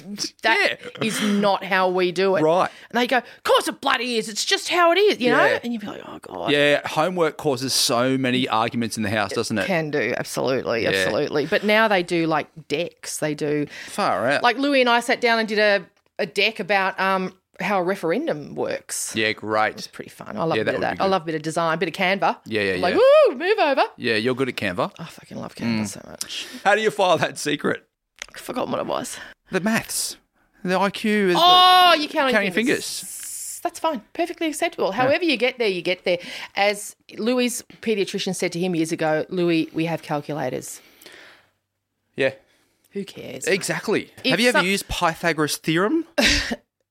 [SPEAKER 1] "That is not how we do it."
[SPEAKER 2] Right.
[SPEAKER 1] And they go, "Of course it bloody is. It's just how it is," you know.
[SPEAKER 2] Yeah.
[SPEAKER 1] And you'd be like, "Oh god."
[SPEAKER 2] Yeah, homework causes so many arguments in the house, doesn't it?
[SPEAKER 1] Can do, absolutely, absolutely. But now they do like decks. They do
[SPEAKER 2] Far out.
[SPEAKER 1] like Louis and I sat down and did a, a deck about um how a referendum works.
[SPEAKER 2] yeah, great.
[SPEAKER 1] Pretty fun. I love
[SPEAKER 2] Yeah, that
[SPEAKER 1] a bit of
[SPEAKER 2] would be
[SPEAKER 1] that. I
[SPEAKER 2] good.
[SPEAKER 1] love a bit of design, bit of Canva.
[SPEAKER 2] Yeah, yeah,
[SPEAKER 1] Like,
[SPEAKER 2] yeah.
[SPEAKER 1] ooh, move over.
[SPEAKER 2] Yeah, you're good at Canva.
[SPEAKER 1] I fucking
[SPEAKER 2] Mm.
[SPEAKER 1] love Canva so much.
[SPEAKER 2] How do you file that secret?
[SPEAKER 1] I forgot what it was.
[SPEAKER 2] The maths, the IQ is.
[SPEAKER 1] Oh, you count on
[SPEAKER 2] Counting
[SPEAKER 1] your fingers. That's fine. Perfectly acceptable. However you get there, you get there. As Louis' pediatrician said to him years ago, Louis, we have calculators.
[SPEAKER 2] the, yeah,
[SPEAKER 1] Who cares?
[SPEAKER 2] Eh. exactly. Have you ever
[SPEAKER 1] some-
[SPEAKER 2] used Pythagoras theorem?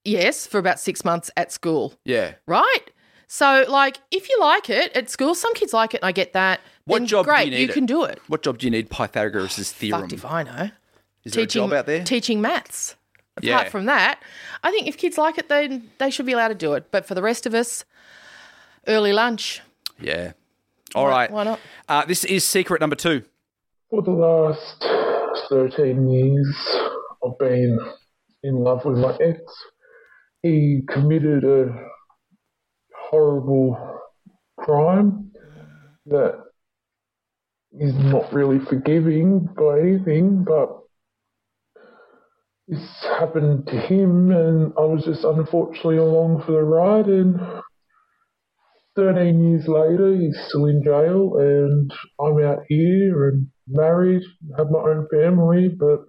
[SPEAKER 1] yes, for about six months at school.
[SPEAKER 2] yeah.
[SPEAKER 1] right? So, like, if you like it at school, some kids like it, and I get that.
[SPEAKER 2] What
[SPEAKER 1] then
[SPEAKER 2] job do you
[SPEAKER 1] Great,
[SPEAKER 2] need it?
[SPEAKER 1] can do it.
[SPEAKER 2] What job do you need Pythagoras' theorem?
[SPEAKER 1] Fucked if I know.
[SPEAKER 2] Is there a job out there?
[SPEAKER 1] Teaching maths.
[SPEAKER 2] yeah.
[SPEAKER 1] Apart from that, I think if kids like it, then they should be allowed to do it. But for the rest of us, Early lunch.
[SPEAKER 2] Yeah. All right.
[SPEAKER 1] Why not?
[SPEAKER 2] Uh, this is secret number two.
[SPEAKER 5] For the last 13 years, I've been in love with my ex. He committed a horrible crime that is not really forgiving by anything, but this happened to him, and I was just unfortunately along for the ride. And 13 years later, he's still in jail, and I'm out here and married, have my own family, but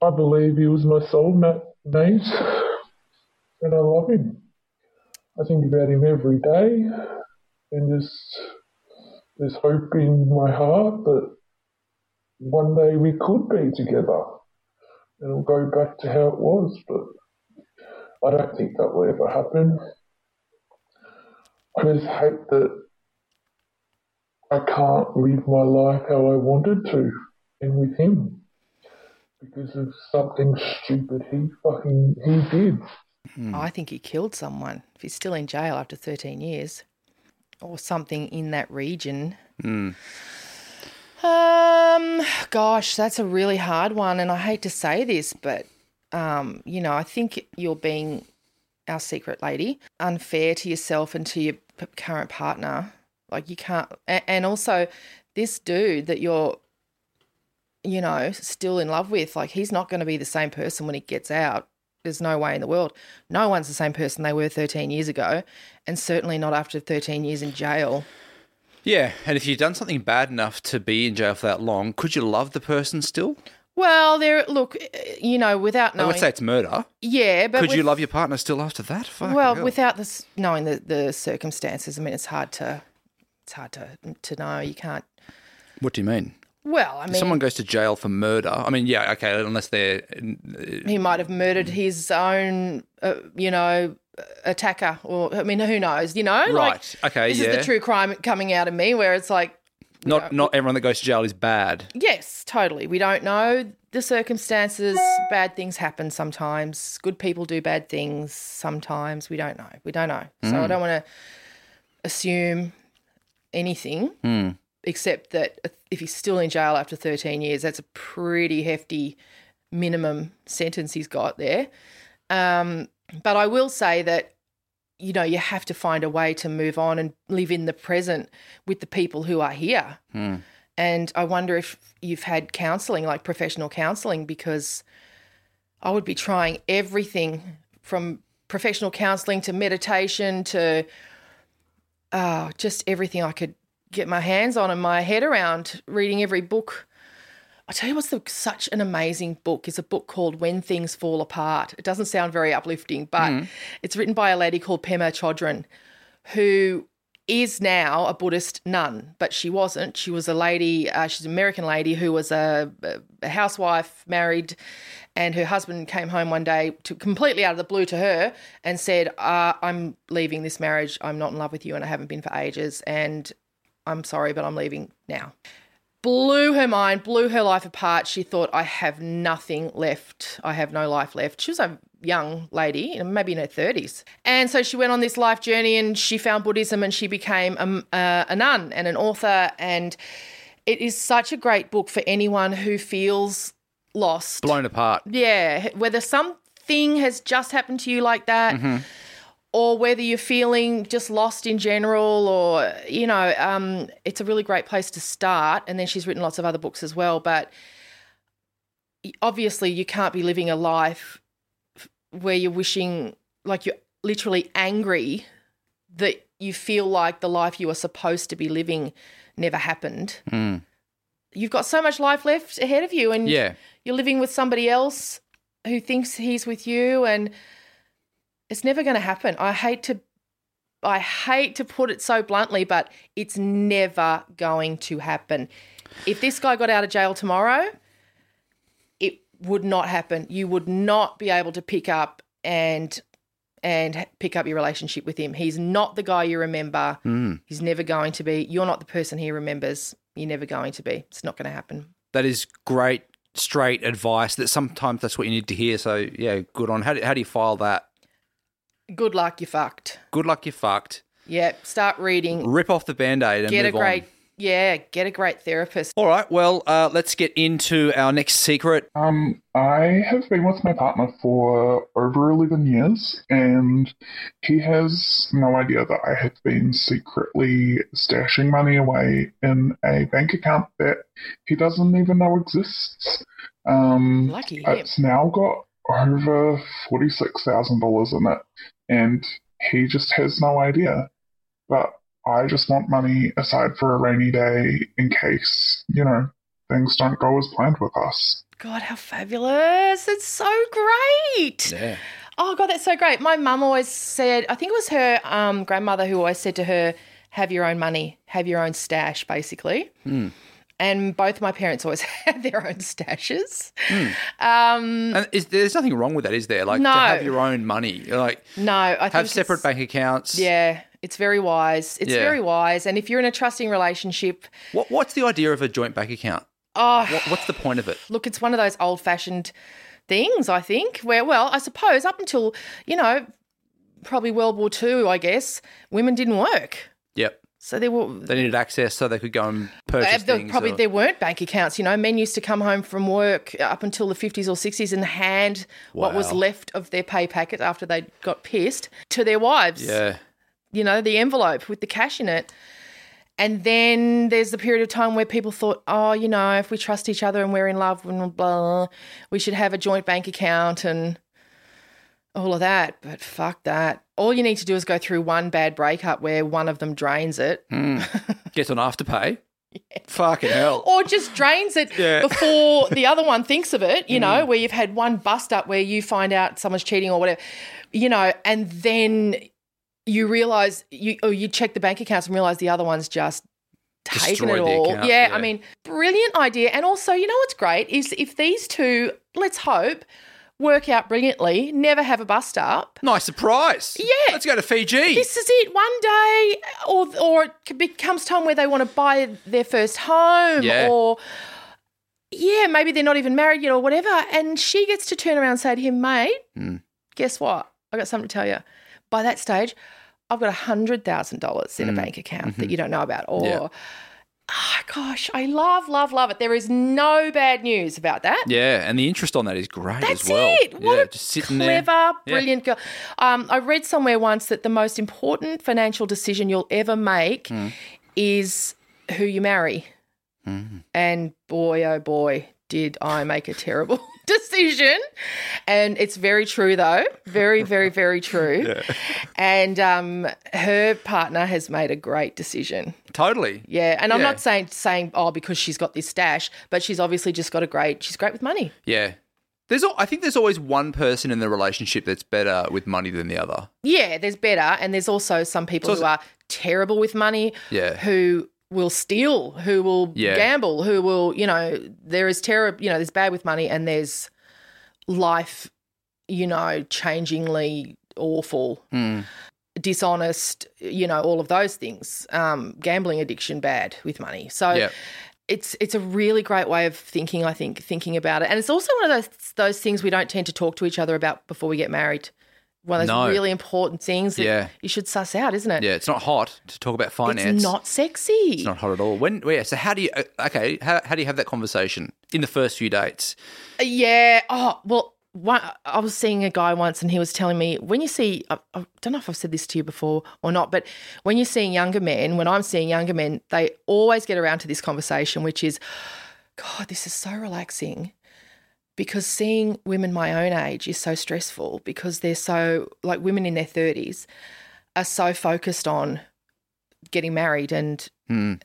[SPEAKER 5] I believe he was my soulmate, and I love him. I think about him every day, and just there's hope in my heart that one day we could be together and it'll go back to how it was, but I don't think that will ever happen. I just hate that I can't live my life how I wanted to and with him because of something stupid he fucking he did.
[SPEAKER 1] I think he killed someone. If he's still in jail after 13 years or something in that region. Um, gosh, that's a really hard one. And I hate to say this, but, um, you know, I think you're being our secret lady unfair to yourself and to your p- current partner. Like, you can't. a- And also, this dude that you're you know, still in love with. Like he's not going to be the same person when he gets out. There's no way in the world. No one's the same person they were 13 years ago, and certainly not after 13 years in jail.
[SPEAKER 2] Yeah, and if you've done something bad enough to be in jail for that long, could you love the person still?
[SPEAKER 1] Well, there. Look, eh, you know, without
[SPEAKER 2] I
[SPEAKER 1] knowing,
[SPEAKER 2] would say it's murder.
[SPEAKER 1] yeah, but
[SPEAKER 2] could you
[SPEAKER 1] with-
[SPEAKER 2] love your partner still after that? Fucking
[SPEAKER 1] Well,
[SPEAKER 2] hell.
[SPEAKER 1] without this knowing the the circumstances, I mean, it's hard to, it's hard to to know. You can't.
[SPEAKER 2] what do you mean?
[SPEAKER 1] Well, I mean,
[SPEAKER 2] If someone goes to jail for murder. I mean, yeah, okay, unless they're
[SPEAKER 1] he might have murdered
[SPEAKER 2] Mm.
[SPEAKER 1] his own, uh, you know, attacker, or I mean, who knows? You know,
[SPEAKER 2] Right.
[SPEAKER 1] Like,
[SPEAKER 2] Okay,
[SPEAKER 1] This is
[SPEAKER 2] yeah.
[SPEAKER 1] the true crime coming out of me, where it's like,
[SPEAKER 2] not not everyone that goes to jail is bad.
[SPEAKER 1] yes, totally. We don't know the circumstances. Bad things happen sometimes. Good people do bad things sometimes. We don't know. We don't know. So I don't want to assume anything, except that if he's still in jail after 13 years, that's a pretty hefty minimum sentence he's got there. Um, but I will say that, you know, you have to find a way to move on and live in the present with the people who are here. And I wonder if you've had counseling, like professional counseling, because I would be trying everything from professional counseling to meditation to uh, just everything I could get my hands on and my head around, reading every book. I tell you what's the, such an amazing book is a book called When Things Fall Apart. It doesn't sound very uplifting, but it's written by a lady called Pema Chodron, who is now a Buddhist nun, but she wasn't. She was a lady, uh, she's an American lady who was a, a housewife, married, and her husband came home one day to, completely out of the blue to her and said, uh, I'm leaving this marriage. I'm not in love with you and I haven't been for ages. And I'm sorry, but I'm leaving now blew her mind, blew her life apart. She thought, I have nothing left. I have no life left. She was a young lady, you know, maybe in her 30s. And so she went on this life journey and she found Buddhism and she became a, uh, a nun and an author. And it is such a great book for anyone who feels lost.
[SPEAKER 2] Blown apart.
[SPEAKER 1] Yeah, whether something has just happened to you like that,
[SPEAKER 2] Mm-hmm.
[SPEAKER 1] or whether you're feeling just lost in general, or you know, um, it's a really great place to start. And then she's written lots of other books as well. But obviously, you can't be living a life where you're wishing, like you're literally angry that you feel like the life you are supposed to be living never happened. You've got so much life left ahead of you, and
[SPEAKER 2] Mm. Yeah.
[SPEAKER 1] you're living with somebody else who thinks he's with you and it's never going to happen i hate to i hate to put it so bluntly but it's never going to happen if this guy got out of jail tomorrow it would not happen you would not be able to pick up and and pick up your relationship with him he's not the guy you remember he's never going to be you're not the person he remembers you're never going to be it's not going to happen
[SPEAKER 2] That is great, straight advice. That sometimes that's what you need to hear. So yeah, good on. How do, how do you file that?
[SPEAKER 1] Good luck, you fucked.
[SPEAKER 2] Good luck, you're fucked.
[SPEAKER 1] Yep. Start reading.
[SPEAKER 2] Rip off the band aid and
[SPEAKER 1] Get a
[SPEAKER 2] move
[SPEAKER 1] great.
[SPEAKER 2] on.
[SPEAKER 1] Yeah. Get a great therapist.
[SPEAKER 2] All right, well, uh, let's get into our next secret.
[SPEAKER 4] Um, I have been with my partner for over 11 years, and he has no idea that I have been secretly stashing money away in a bank account that he doesn't even know exists. Um,
[SPEAKER 1] Lucky
[SPEAKER 2] Uh,
[SPEAKER 1] him.
[SPEAKER 4] it's now got over $46,000 in it, and he just has no idea. But I just want money aside for a rainy day in case, you know, things don't go as planned with us.
[SPEAKER 1] God, how fabulous! It's so great.
[SPEAKER 2] Yeah.
[SPEAKER 1] Oh God, that's so great. My mum always said, I think it was her um, grandmother who always said to her, "Have your own money, have your own stash," basically.
[SPEAKER 2] Hmm.
[SPEAKER 1] And both my parents always had their own stashes. Um,
[SPEAKER 2] And is, there's nothing wrong with that, is there? Like
[SPEAKER 1] No.
[SPEAKER 2] to have your own money, like
[SPEAKER 1] no, I think
[SPEAKER 2] have
[SPEAKER 1] it's-
[SPEAKER 2] separate bank accounts.
[SPEAKER 1] Yeah, it's very wise. It's
[SPEAKER 2] Yeah.
[SPEAKER 1] very wise. And if you're in a trusting relationship,
[SPEAKER 2] What, what's the idea of a joint bank account?
[SPEAKER 1] oh,
[SPEAKER 2] What, what's the point of it?
[SPEAKER 1] look, it's one of those old fashioned things, I think, where, well, I suppose up until, you know, probably World War II, I guess, women didn't work.
[SPEAKER 2] Yep.
[SPEAKER 1] So there were.
[SPEAKER 2] They needed access so they could go and purchase
[SPEAKER 1] uh, there-
[SPEAKER 2] things.
[SPEAKER 1] probably
[SPEAKER 2] or-
[SPEAKER 1] there weren't bank accounts. You know, men used to come home from work uh, up until the 50s or 60s and hand what was
[SPEAKER 2] Wow.
[SPEAKER 1] left of their pay packet after they got pissed to their wives.
[SPEAKER 2] yeah.
[SPEAKER 1] you know, the envelope with the cash in it. And then there's the period of time where people thought, oh, you know, if we trust each other and we're in love and blah, blah, we should have a joint bank account and all of that. But fuck that. All you need to do is go through one bad breakup where one of them drains it
[SPEAKER 2] Gets on afterpay. Fucking hell.
[SPEAKER 1] or just drains it before the other one thinks of it, you
[SPEAKER 2] Mm.
[SPEAKER 1] know, where you've had one bust up where you find out someone's cheating or whatever, you know, and then you realize you or you check the bank accounts and realize the other one's just taken
[SPEAKER 2] Destroyed
[SPEAKER 1] it
[SPEAKER 2] the
[SPEAKER 1] all.
[SPEAKER 2] account,
[SPEAKER 1] yeah,
[SPEAKER 2] yeah.
[SPEAKER 1] I mean, brilliant idea. And also, you know what's great is if these two, let's hope, work out brilliantly, never have a bust up.
[SPEAKER 2] Nice surprise.
[SPEAKER 1] Yeah.
[SPEAKER 2] Let's go to Fiji.
[SPEAKER 1] This is it. One day, or or it could be- comes time where they want to buy their first home,
[SPEAKER 2] Yeah.
[SPEAKER 1] or yeah, maybe they're not even married yet, or whatever. And she gets to turn around and say to him, "Mate,
[SPEAKER 2] Hmm.
[SPEAKER 1] guess what? I got something to tell you." By that stage, I've got hundred thousand dollars in a bank account that you don't know about, or.
[SPEAKER 2] Hmm. Mm-hmm. Yeah.
[SPEAKER 1] "Ah, gosh, I love, love, love it. There is no bad news about that.
[SPEAKER 2] yeah, and the interest on that is great
[SPEAKER 1] That's
[SPEAKER 2] as well.
[SPEAKER 1] it. What
[SPEAKER 2] yeah,
[SPEAKER 1] a
[SPEAKER 2] just sitting
[SPEAKER 1] clever,
[SPEAKER 2] there.
[SPEAKER 1] brilliant girl. Um, I read somewhere once that the most important financial decision you'll ever make
[SPEAKER 2] Hmm.
[SPEAKER 1] is who you marry.
[SPEAKER 2] Hmm.
[SPEAKER 1] And boy, oh boy, did I make a terrible decision. And it's very true, though. Very, very, very true. And um, her partner has made a great decision.
[SPEAKER 2] Totally.
[SPEAKER 1] Yeah. And I'm
[SPEAKER 2] Yeah.
[SPEAKER 1] not saying, saying, oh, because she's got this stash, but she's obviously just got a great, she's great with money.
[SPEAKER 2] Yeah. There's al- I think there's always one person in the relationship that's better with money than the other.
[SPEAKER 1] Yeah, there's better, and there's also some people
[SPEAKER 2] So it's-
[SPEAKER 1] who are terrible with money.
[SPEAKER 2] Yeah.
[SPEAKER 1] who will steal, who will
[SPEAKER 2] Yeah.
[SPEAKER 1] gamble, who will you know there is terrible. You know, there's bad with money, and there's life, you know, changingly awful,
[SPEAKER 2] Hmm.
[SPEAKER 1] dishonest. You know, all of those things. Um, gambling addiction, bad with money. So
[SPEAKER 2] Yeah.
[SPEAKER 1] it's it's a really great way of thinking. I think thinking about it, and it's also one of those those things we don't tend to talk to each other about before we get married. One of those
[SPEAKER 2] No.
[SPEAKER 1] really important things that
[SPEAKER 2] Yeah.
[SPEAKER 1] you should suss out, isn't it?
[SPEAKER 2] Yeah, it's not hot to talk about finance.
[SPEAKER 1] It's not sexy.
[SPEAKER 2] It's not hot at all. When yeah, so how do you uh, okay, how, how do you have that conversation in the first few dates?
[SPEAKER 1] Yeah. Oh well, one, I was seeing a guy once, and he was telling me when you see. I, I don't know if I've said this to you before or not, but when you're seeing younger men, when I'm seeing younger men, they always get around to this conversation, which is, God, this is so relaxing. Because seeing women my own age is so stressful because they're so, like women in their 30s are so focused on getting married and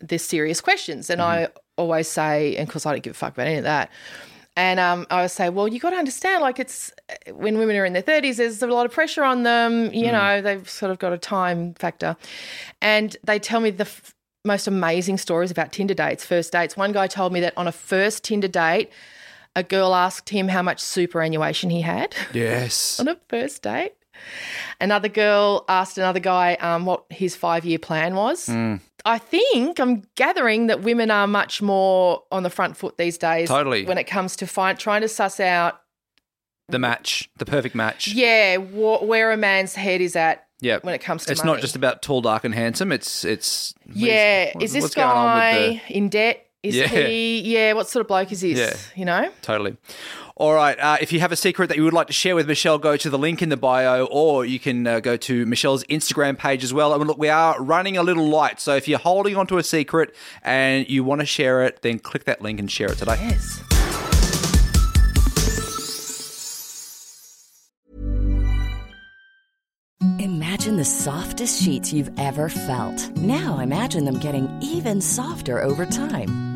[SPEAKER 1] there's serious questions. And I always say, and because I don't give a fuck about any of that, and um, I would say, well, you got to understand, like it's when women are in their thirties, there's a lot of pressure on them. You know, they've sort of got a time factor, and they tell me the f- most amazing stories about Tinder dates, first dates. One guy told me that on a first Tinder date, a girl asked him how much superannuation he had
[SPEAKER 2] Yes.
[SPEAKER 1] on a first date. Another girl asked another guy um, what his five year plan was.
[SPEAKER 6] Hmm.
[SPEAKER 1] I think I'm gathering that women are much more on the front foot these days.
[SPEAKER 2] Totally.
[SPEAKER 1] When it comes to find, trying to suss out
[SPEAKER 6] the match, the perfect match.
[SPEAKER 7] Yeah, wh- where a man's head is at
[SPEAKER 6] Yeah.
[SPEAKER 7] when it comes to
[SPEAKER 6] it's
[SPEAKER 7] money.
[SPEAKER 6] not just about tall, dark, and handsome. It's it's what is-
[SPEAKER 7] yeah,
[SPEAKER 6] what-
[SPEAKER 7] is this
[SPEAKER 6] what's going on with the-
[SPEAKER 7] guy in debt? Is
[SPEAKER 6] Yeah.
[SPEAKER 7] he? Yeah, what sort of bloke is this?
[SPEAKER 6] Yeah.
[SPEAKER 7] You know.
[SPEAKER 6] Totally. All right. Uh, if you have a secret that you would like to share with Michelle, go to the link in the bio, or you can uh, go to Michelle's Instagram page as well. And look, we are running a little light, so if you're holding onto a secret and you want to share it, then click that link and share it today.
[SPEAKER 7] Yes.
[SPEAKER 8] Imagine the softest sheets you've ever felt. Now imagine them getting even softer over time.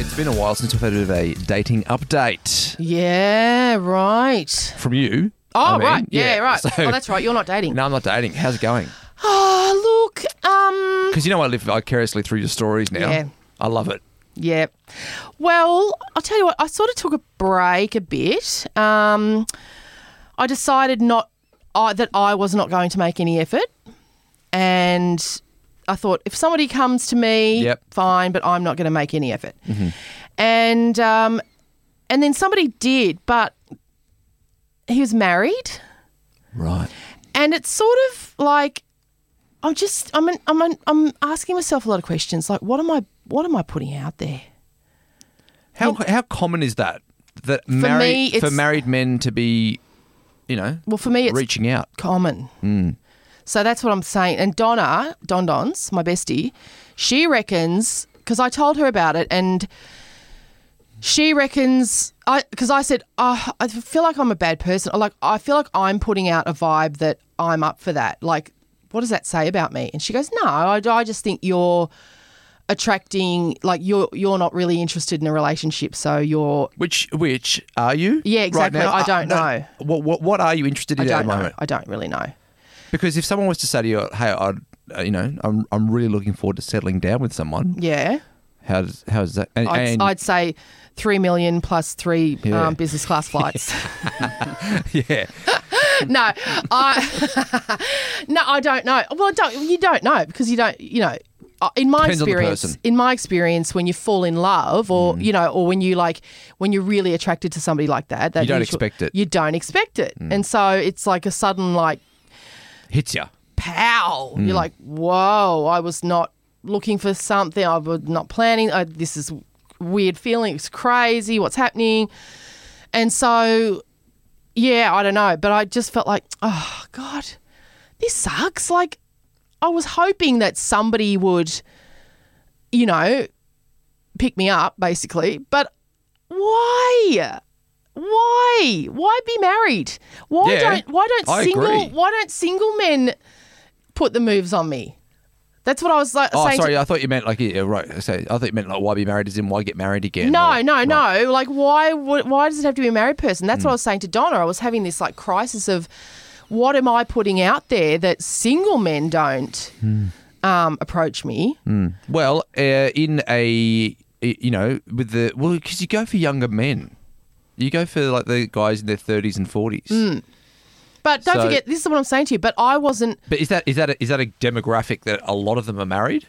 [SPEAKER 2] It's been a while since I've had a bit of a dating update
[SPEAKER 1] Yeah, right.
[SPEAKER 2] from you.
[SPEAKER 1] Oh,
[SPEAKER 2] I mean,
[SPEAKER 1] right. Yeah, right.
[SPEAKER 2] so-
[SPEAKER 1] oh, that's right. You're not dating.
[SPEAKER 2] No, I'm not dating. How's it going?
[SPEAKER 1] Oh, look. Um.
[SPEAKER 2] Because you know I live vicariously through your stories now.
[SPEAKER 1] Yeah.
[SPEAKER 2] I love it.
[SPEAKER 1] Yeah. Well, I'll tell you what. I sort of took a break a bit. Um, I decided not I, that I was not going to make any effort, and I thought if somebody comes to me,
[SPEAKER 2] Yep. Mm-hmm.
[SPEAKER 1] fine, but I'm not going to make any effort. And um, and then somebody did, but he was married
[SPEAKER 2] Right.
[SPEAKER 1] and it's sort of like I'm just I'm an, I'm an, I'm asking myself a lot of questions like what am I what am I putting out there?
[SPEAKER 2] How how common is that? That married
[SPEAKER 1] me,
[SPEAKER 2] for
[SPEAKER 1] it's-
[SPEAKER 2] married men to be, you know,
[SPEAKER 1] Well, for me, it's
[SPEAKER 2] reaching out.
[SPEAKER 1] common.
[SPEAKER 2] Hmm.
[SPEAKER 1] So that's what I'm saying. And Donna Don Don's my bestie, she reckons because I told her about it and. She reckons I because I said oh, I feel like I'm a bad person. Like I feel like I'm putting out a vibe that I'm up for that. Like, what does that say about me? And she goes, No, I, I just think you're attracting. Like you're you're not really interested in a relationship, so you're
[SPEAKER 2] Which which are you?
[SPEAKER 1] Yeah,
[SPEAKER 2] right
[SPEAKER 1] exactly.
[SPEAKER 2] now?
[SPEAKER 1] I don't
[SPEAKER 2] no,
[SPEAKER 1] know.
[SPEAKER 2] What, what what are you interested
[SPEAKER 1] I
[SPEAKER 2] in at
[SPEAKER 1] don't
[SPEAKER 2] the
[SPEAKER 1] know.
[SPEAKER 2] moment?
[SPEAKER 1] I don't really know.
[SPEAKER 2] Because if someone was to say to you, "Hey, I, uh, you know, I'm I'm really looking forward to settling down with someone,"
[SPEAKER 1] Yeah.
[SPEAKER 2] how does how does that? And,
[SPEAKER 1] I'd,
[SPEAKER 2] and-
[SPEAKER 1] I'd say three million plus three
[SPEAKER 2] Yeah.
[SPEAKER 1] um, business class flights.
[SPEAKER 2] yeah,
[SPEAKER 1] no, I no, I don't know. Well, don't you don't know because you don't you know. uh, In my
[SPEAKER 2] Depends on the
[SPEAKER 1] experience,
[SPEAKER 2] person. Mm.
[SPEAKER 1] in my experience, when you fall in love, or you know, or when you like, when you're really attracted to somebody like that, that
[SPEAKER 2] You don't
[SPEAKER 1] usual-
[SPEAKER 2] expect it. Mm.
[SPEAKER 1] You don't expect it, and so it's like a sudden like
[SPEAKER 2] hits you.
[SPEAKER 1] pow.
[SPEAKER 2] Hmm.
[SPEAKER 1] You're like, whoa, I was not looking for something. I was not planning. I, this is weird feeling. It's crazy. What's happening? And so, yeah, I don't know. But I just felt like, oh, God, this sucks. Like, I was hoping that somebody would, you know, pick me up, basically. But why? Why? Why be married? Why
[SPEAKER 2] Yeah,
[SPEAKER 1] don't why don't
[SPEAKER 2] I
[SPEAKER 1] single
[SPEAKER 2] agree.
[SPEAKER 1] why don't single men put the moves on me? That's what I was like
[SPEAKER 2] Oh,
[SPEAKER 1] saying. to-
[SPEAKER 2] sorry. I thought you meant like yeah, right. So I thought you meant like why be married as in why get married again.
[SPEAKER 1] no,
[SPEAKER 2] Like,
[SPEAKER 1] no,
[SPEAKER 2] right.
[SPEAKER 1] no. Like, why? would- Why does it have to be a married person? That's
[SPEAKER 2] Hmm.
[SPEAKER 1] what I was saying to Donna. I was having this like crisis of, what am I putting out there that single men don't
[SPEAKER 2] Hmm.
[SPEAKER 1] um, approach me?
[SPEAKER 2] Well, uh, in a you know with the well because you go for younger men, you go for like the guys in their thirties and forties.
[SPEAKER 1] Hmm. But don't
[SPEAKER 2] So-
[SPEAKER 1] forget, this is what I'm saying to you. But I wasn't.
[SPEAKER 2] But is that is that a, is that a demographic that a lot of them are married?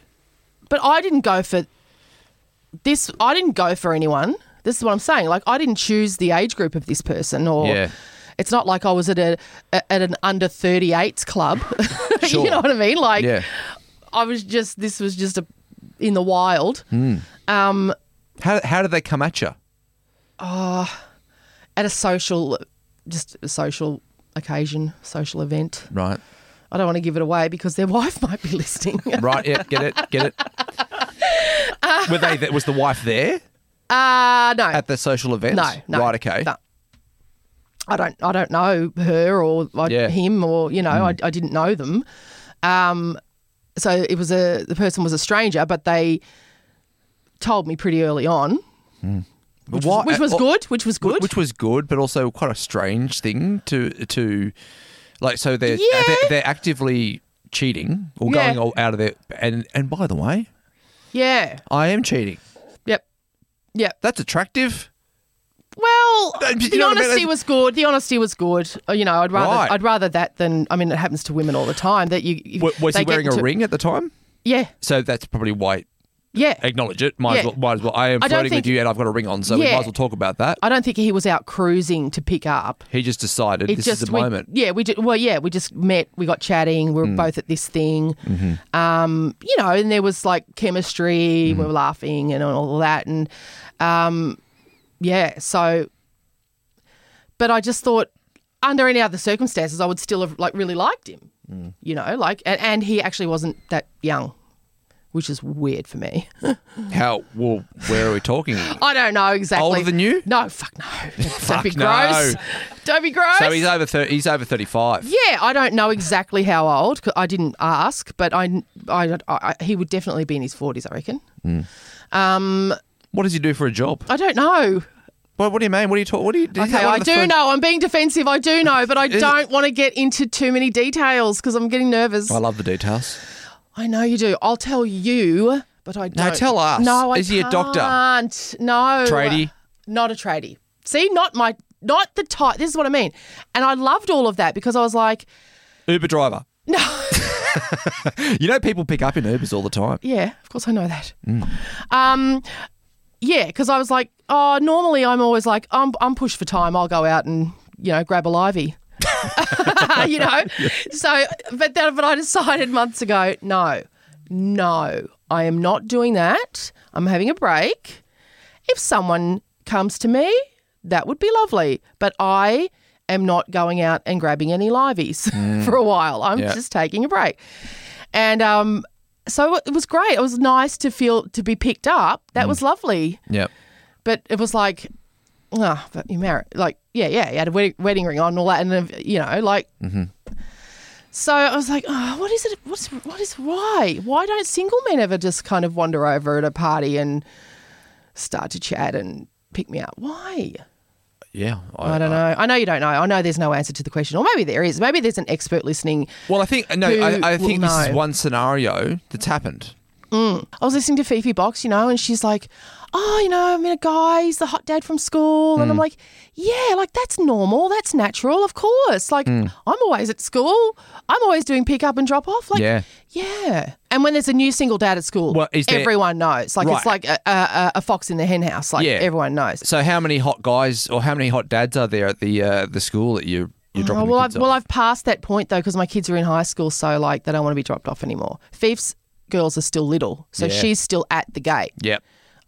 [SPEAKER 1] But I didn't go for this. I didn't go for anyone. This is what I'm saying. Like, I didn't choose the age group of this person or.
[SPEAKER 2] Yeah.
[SPEAKER 1] It's not like I was at a at an under 38s club.
[SPEAKER 2] Sure.
[SPEAKER 1] you know what I mean? Like
[SPEAKER 2] yeah. Hmm.
[SPEAKER 1] I was just this was just a in the wild. Um,
[SPEAKER 2] How how did they come at you?
[SPEAKER 1] Oh, at a social, just a social occasion, social event.
[SPEAKER 2] Right.
[SPEAKER 1] I don't want to give it away because their wife might be listening. Uh,
[SPEAKER 2] Right. Yeah. Get it. Get it. Were they? th- Was the wife there
[SPEAKER 1] Uh, no.
[SPEAKER 2] at the social event?
[SPEAKER 1] No, no,
[SPEAKER 2] Right. Okay.
[SPEAKER 1] no. I don't I don't know her or I,
[SPEAKER 2] Yeah. Hmm.
[SPEAKER 1] him or you know I, I didn't know them. Um, so it was a the person was a stranger, but they told me pretty early on,
[SPEAKER 2] But
[SPEAKER 1] which, was,
[SPEAKER 2] why-
[SPEAKER 1] which was
[SPEAKER 2] uh,
[SPEAKER 1] good, which was good.
[SPEAKER 2] Which was good, but also quite a strange thing to to like. So they're
[SPEAKER 1] Yeah.
[SPEAKER 2] they're, they're actively cheating or
[SPEAKER 1] Yeah.
[SPEAKER 2] going all out of their and and by the way,
[SPEAKER 1] yeah,
[SPEAKER 2] I am cheating.
[SPEAKER 1] yep, yep.
[SPEAKER 2] That's attractive.
[SPEAKER 1] Well,
[SPEAKER 2] Uh, you
[SPEAKER 1] the
[SPEAKER 2] know what I mean?
[SPEAKER 1] honesty was good. The honesty was good. Uh, You know, I'd rather
[SPEAKER 2] Right.
[SPEAKER 1] I'd rather that than I mean, it happens to women all the time that you. you-
[SPEAKER 2] W- was
[SPEAKER 1] they
[SPEAKER 2] he
[SPEAKER 1] get
[SPEAKER 2] wearing a
[SPEAKER 1] into-
[SPEAKER 2] ring at the time?
[SPEAKER 1] Yeah,
[SPEAKER 2] So that's probably why.
[SPEAKER 1] yeah.
[SPEAKER 2] Acknowledge it. Might as
[SPEAKER 1] Yeah.
[SPEAKER 2] well. Might as well. I am
[SPEAKER 1] I don't
[SPEAKER 2] flirting
[SPEAKER 1] think-
[SPEAKER 2] with you, and I've got a ring on, so we
[SPEAKER 1] Yeah.
[SPEAKER 2] might as well talk about that.
[SPEAKER 1] I don't think he was out cruising to pick up.
[SPEAKER 2] He just decided
[SPEAKER 1] It
[SPEAKER 2] this
[SPEAKER 1] just
[SPEAKER 2] is the
[SPEAKER 1] we,
[SPEAKER 2] moment. Mm.
[SPEAKER 1] Yeah, we just, well, yeah, we just met. We got chatting. We were both at this thing,
[SPEAKER 2] Mm-hmm.
[SPEAKER 1] um, you know, and there was like chemistry. We were laughing and all that, and um, yeah. So, but I just thought, under any other circumstances, I would still have like really liked him,
[SPEAKER 2] Mm.
[SPEAKER 1] you know, like, and, and he actually wasn't that young, which is weird for me.
[SPEAKER 2] How? Well, where are we talking?
[SPEAKER 1] I don't know exactly.
[SPEAKER 2] Older than you?
[SPEAKER 1] No, fuck no. Don't be
[SPEAKER 2] no.
[SPEAKER 1] gross. Don't be gross.
[SPEAKER 2] so he's over. Thir- he's over thirty-five.
[SPEAKER 1] Yeah, I don't know exactly how old. 'cause I didn't ask, but I, I, I- he would definitely be in his forties, I reckon. Um,
[SPEAKER 2] What does he do for a job?
[SPEAKER 1] I don't know.
[SPEAKER 2] What, what do you mean? What do you talk? What do you? is
[SPEAKER 1] Okay,
[SPEAKER 2] that one
[SPEAKER 1] I
[SPEAKER 2] of
[SPEAKER 1] do
[SPEAKER 2] the first-
[SPEAKER 1] know. I'm being defensive. I do know, but I
[SPEAKER 2] it-
[SPEAKER 1] don't want to get into too many details because I'm getting nervous.
[SPEAKER 2] I love the details.
[SPEAKER 1] I know you do. I'll tell you, but I
[SPEAKER 2] No,
[SPEAKER 1] don't.
[SPEAKER 2] tell us.
[SPEAKER 1] No, I
[SPEAKER 2] Is he a doctor?
[SPEAKER 1] Can't. No.
[SPEAKER 2] Tradie?
[SPEAKER 1] Not a tradie. See, not my, not the type. This is what I mean. And I loved all of that because I was like,
[SPEAKER 2] Uber driver.
[SPEAKER 1] no.
[SPEAKER 2] You know, people pick up in Ubers all the time.
[SPEAKER 1] Yeah, of course I know that. Um, yeah, because I was like, oh, normally I'm always like, I'm, I'm pushed for time. I'll go out and you know grab a livey. you know, so but then but I decided months ago, no, no, I am not doing that. I'm having a break. If someone comes to me, that would be lovely, but I am not going out and grabbing any liveys for a while. I'm
[SPEAKER 2] Yeah.
[SPEAKER 1] just taking a break. And um, so it was great. It was nice to feel to be picked up. That was lovely.
[SPEAKER 2] Yeah.
[SPEAKER 1] But it was like, ah, but you're married. Like, yeah, yeah, you had a wedding, wedding ring on and all that, and uh, you know, like. Mm-hmm. So I was like, oh, what is it? What's what is why? Why don't single men ever just kind of wander over at a party and start to chat and pick me up? Why?
[SPEAKER 2] Yeah.
[SPEAKER 1] I don't know. I know you don't know. I know there's no answer to the question, or maybe there is. Maybe there's an expert listening
[SPEAKER 2] Well, I think no.
[SPEAKER 1] Who
[SPEAKER 2] I, I think
[SPEAKER 1] will
[SPEAKER 2] this is
[SPEAKER 1] know?
[SPEAKER 2] one scenario that's happened.
[SPEAKER 1] I was listening to Fifi Box, you know, and she's like, oh, you know, I met a guy, he's the hot dad from school. And I'm
[SPEAKER 2] Hmm.
[SPEAKER 1] like, yeah, like that's normal. That's natural, of course. Like,
[SPEAKER 2] Hmm.
[SPEAKER 1] I'm always at school. I'm always doing pick up and drop off. Like,
[SPEAKER 2] Yeah.
[SPEAKER 1] yeah. And when there's a new single dad at school,
[SPEAKER 2] Well, is there-
[SPEAKER 1] everyone knows. Like,
[SPEAKER 2] Right.
[SPEAKER 1] it's like a, a- a, a fox in the hen house. Like,
[SPEAKER 2] Yeah.
[SPEAKER 1] everyone knows.
[SPEAKER 2] So, how many hot guys or how many hot dads are there at the uh, the school that you you're dropping
[SPEAKER 1] Oh,
[SPEAKER 2] the
[SPEAKER 1] well, I've,
[SPEAKER 2] kids
[SPEAKER 1] well,
[SPEAKER 2] off?
[SPEAKER 1] I've passed that point though because my kids are in high school, so like they don't want to be dropped off anymore. Fifth's girls are still little, so
[SPEAKER 2] Yeah.
[SPEAKER 1] she's still at the gate.
[SPEAKER 2] Yep.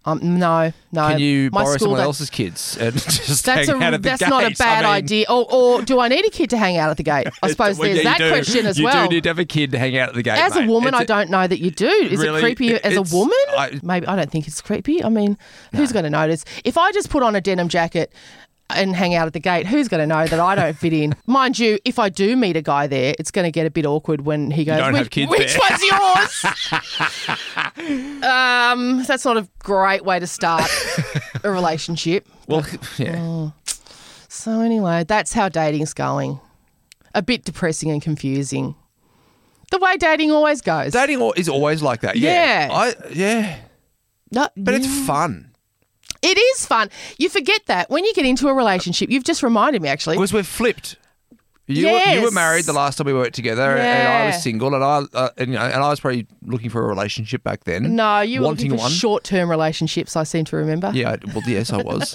[SPEAKER 1] Um, no, no.
[SPEAKER 2] Can you
[SPEAKER 1] my
[SPEAKER 2] borrow
[SPEAKER 1] school
[SPEAKER 2] someone
[SPEAKER 1] don't-
[SPEAKER 2] else's kids and just
[SPEAKER 1] That's
[SPEAKER 2] hang
[SPEAKER 1] a
[SPEAKER 2] out at the
[SPEAKER 1] that's not a
[SPEAKER 2] gates? I
[SPEAKER 1] bad
[SPEAKER 2] mean,
[SPEAKER 1] idea. Or, or do I need a kid to hang out at the gate? I suppose
[SPEAKER 2] well,
[SPEAKER 1] there's
[SPEAKER 2] yeah, you
[SPEAKER 1] that
[SPEAKER 2] do.
[SPEAKER 1] question as
[SPEAKER 2] you
[SPEAKER 1] well.
[SPEAKER 2] do need to have a kid to hang out at the gate.
[SPEAKER 1] as a
[SPEAKER 2] mate.
[SPEAKER 1] woman,
[SPEAKER 2] It's
[SPEAKER 1] I
[SPEAKER 2] a-
[SPEAKER 1] don't know that you do. Is
[SPEAKER 2] really,
[SPEAKER 1] it creepy
[SPEAKER 2] it-
[SPEAKER 1] as a
[SPEAKER 2] it's-
[SPEAKER 1] woman?
[SPEAKER 2] I-
[SPEAKER 1] Maybe I don't think it's creepy. I mean, who's going to notice? If I just put on a denim jacket and hang out at the gate, who's going to know that I don't fit in? Mind you, if I do meet a guy there, it's going to get a bit awkward when he goes,
[SPEAKER 2] don't
[SPEAKER 1] "Which,
[SPEAKER 2] have kids
[SPEAKER 1] which
[SPEAKER 2] there."
[SPEAKER 1] one's yours?" um, that's not a great way to start a relationship.
[SPEAKER 2] Well, yeah.
[SPEAKER 1] So anyway, that's how dating's going. A bit depressing and confusing. The way dating always goes.
[SPEAKER 2] Dating al- is always like that. Yeah.
[SPEAKER 1] Yeah.
[SPEAKER 2] I, yeah.
[SPEAKER 1] No,
[SPEAKER 2] But
[SPEAKER 1] yeah.
[SPEAKER 2] it's fun.
[SPEAKER 1] It is fun. You forget that when you get into a relationship. You've just reminded me, actually.
[SPEAKER 2] Because we're flipped. You, were, you were
[SPEAKER 1] Yes.
[SPEAKER 2] married the last time we worked together, and I
[SPEAKER 1] Yeah.
[SPEAKER 2] was single, and I uh, and, you know, and I was probably looking for a relationship back then.
[SPEAKER 1] No, you were
[SPEAKER 2] wanting
[SPEAKER 1] looking for
[SPEAKER 2] one.
[SPEAKER 1] short-term relationships. I seem to remember.
[SPEAKER 2] Yeah, I- well, yes, I was.